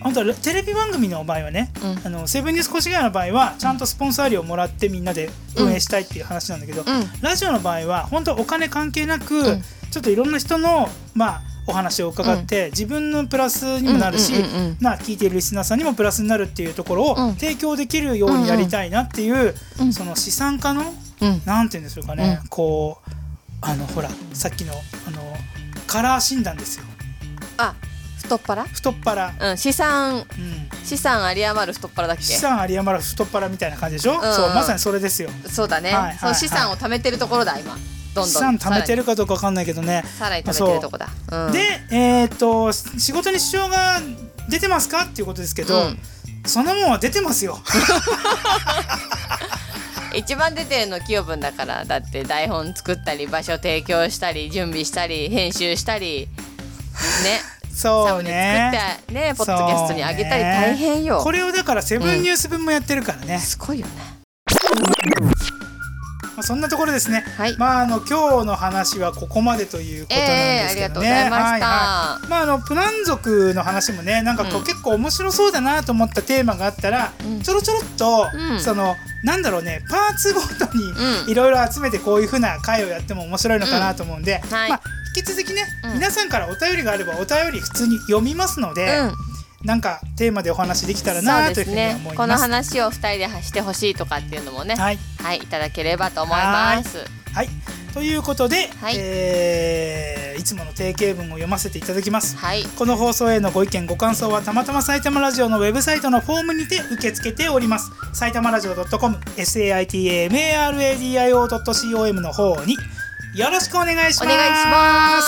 [SPEAKER 1] 本当はテレビ番組の場合はね、
[SPEAKER 2] うん
[SPEAKER 1] あのセブンニュース越谷の場合はちゃんとスポンサー料をもらってみんなで運営したいっていう話なんだけど、
[SPEAKER 2] うん
[SPEAKER 1] ラジオの場合は本当お金関係なく、
[SPEAKER 2] うん
[SPEAKER 1] ちょっといろんな人のまあお話を伺って、自分のプラスにもなるし、
[SPEAKER 2] うんうんうんうん
[SPEAKER 1] まあ、聞いているリスナーさんにもプラスになるっていうところを
[SPEAKER 2] うん
[SPEAKER 1] 提供できるようにやりたいなっていう、
[SPEAKER 2] うん
[SPEAKER 1] その資産家の
[SPEAKER 2] うん
[SPEAKER 1] なんて言うんでしょうかね、
[SPEAKER 2] う
[SPEAKER 1] こうあのほらさっきのあのカラー診断ですよ
[SPEAKER 2] あ太っ腹？
[SPEAKER 1] 太っ腹、
[SPEAKER 2] うん資産
[SPEAKER 1] うん、
[SPEAKER 2] 資産有り余る太っ腹だっけ？
[SPEAKER 1] 資産有り余る太っ腹みたいな感じでしょ、
[SPEAKER 2] んうん
[SPEAKER 1] そうまさにそれですよ
[SPEAKER 2] そうだね。
[SPEAKER 1] はいはい
[SPEAKER 2] そう資産を貯めてるところだ今。どんどん
[SPEAKER 1] 資産貯めてるかどうかわかんないけどね
[SPEAKER 2] さらにさらに貯めてるとこだ。うん、
[SPEAKER 1] でえーっと仕事に支障が出てますかっていうことですけど、
[SPEAKER 2] うん
[SPEAKER 1] そのもんは出てます よ
[SPEAKER 2] 一番出てるのキヨブンだからだって台本作ったり場所提供したり準備したり編集したりね。サ
[SPEAKER 1] そ
[SPEAKER 2] ム
[SPEAKER 1] う
[SPEAKER 2] に
[SPEAKER 1] ね
[SPEAKER 2] 作ってねポッドキャストにあげたり大変よ。
[SPEAKER 1] これをだからセブンニュース分もやってるからね、
[SPEAKER 2] すごいよね。
[SPEAKER 1] まあ、そんなところですね、
[SPEAKER 2] はい
[SPEAKER 1] まああの今日の話はここまでということなんですけどね、
[SPEAKER 2] ええありがとうございました
[SPEAKER 1] はいはいまああのプラン族の話もねなんかこう、
[SPEAKER 2] うん
[SPEAKER 1] 結構面白そうだなと思ったテーマがあったら、
[SPEAKER 2] うん
[SPEAKER 1] ちょろちょろっと、
[SPEAKER 2] うん
[SPEAKER 1] そのなんだろうねパーツごと
[SPEAKER 2] う
[SPEAKER 1] に
[SPEAKER 2] ん
[SPEAKER 1] いろいろ集めてこういう風な回をやっても面白いのかなと思うんで、
[SPEAKER 2] うんはい
[SPEAKER 1] まあ引き続きね、
[SPEAKER 2] うん
[SPEAKER 1] 皆さんからお便りがあればお便り普通に読みますので、
[SPEAKER 2] うん。
[SPEAKER 1] なんかテーマでお話できたら
[SPEAKER 2] そ
[SPEAKER 1] な
[SPEAKER 2] う
[SPEAKER 1] という
[SPEAKER 2] で
[SPEAKER 1] ふ
[SPEAKER 2] す
[SPEAKER 1] うに
[SPEAKER 2] ね
[SPEAKER 1] 思い
[SPEAKER 2] こ
[SPEAKER 1] ま
[SPEAKER 2] の
[SPEAKER 1] す。
[SPEAKER 2] 話を二人でしてほしいとかっていうのもね
[SPEAKER 1] は
[SPEAKER 2] はい、
[SPEAKER 1] い
[SPEAKER 2] い、ただければと思います
[SPEAKER 1] はい、ということで、
[SPEAKER 2] はい
[SPEAKER 1] えーいつもの定型文を読ませていただきます。
[SPEAKER 2] はい
[SPEAKER 1] この放送へのご意見ご感想はたまたま埼玉ラジオのウェブサイトのフォームにて受け付けております埼玉ラジオ .com saitamaradio.com の方によろしくお願いします
[SPEAKER 2] お願いしま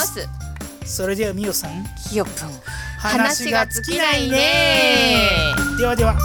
[SPEAKER 2] す
[SPEAKER 1] それではみおさん
[SPEAKER 2] ひよぷん
[SPEAKER 1] 話が尽きないねではでは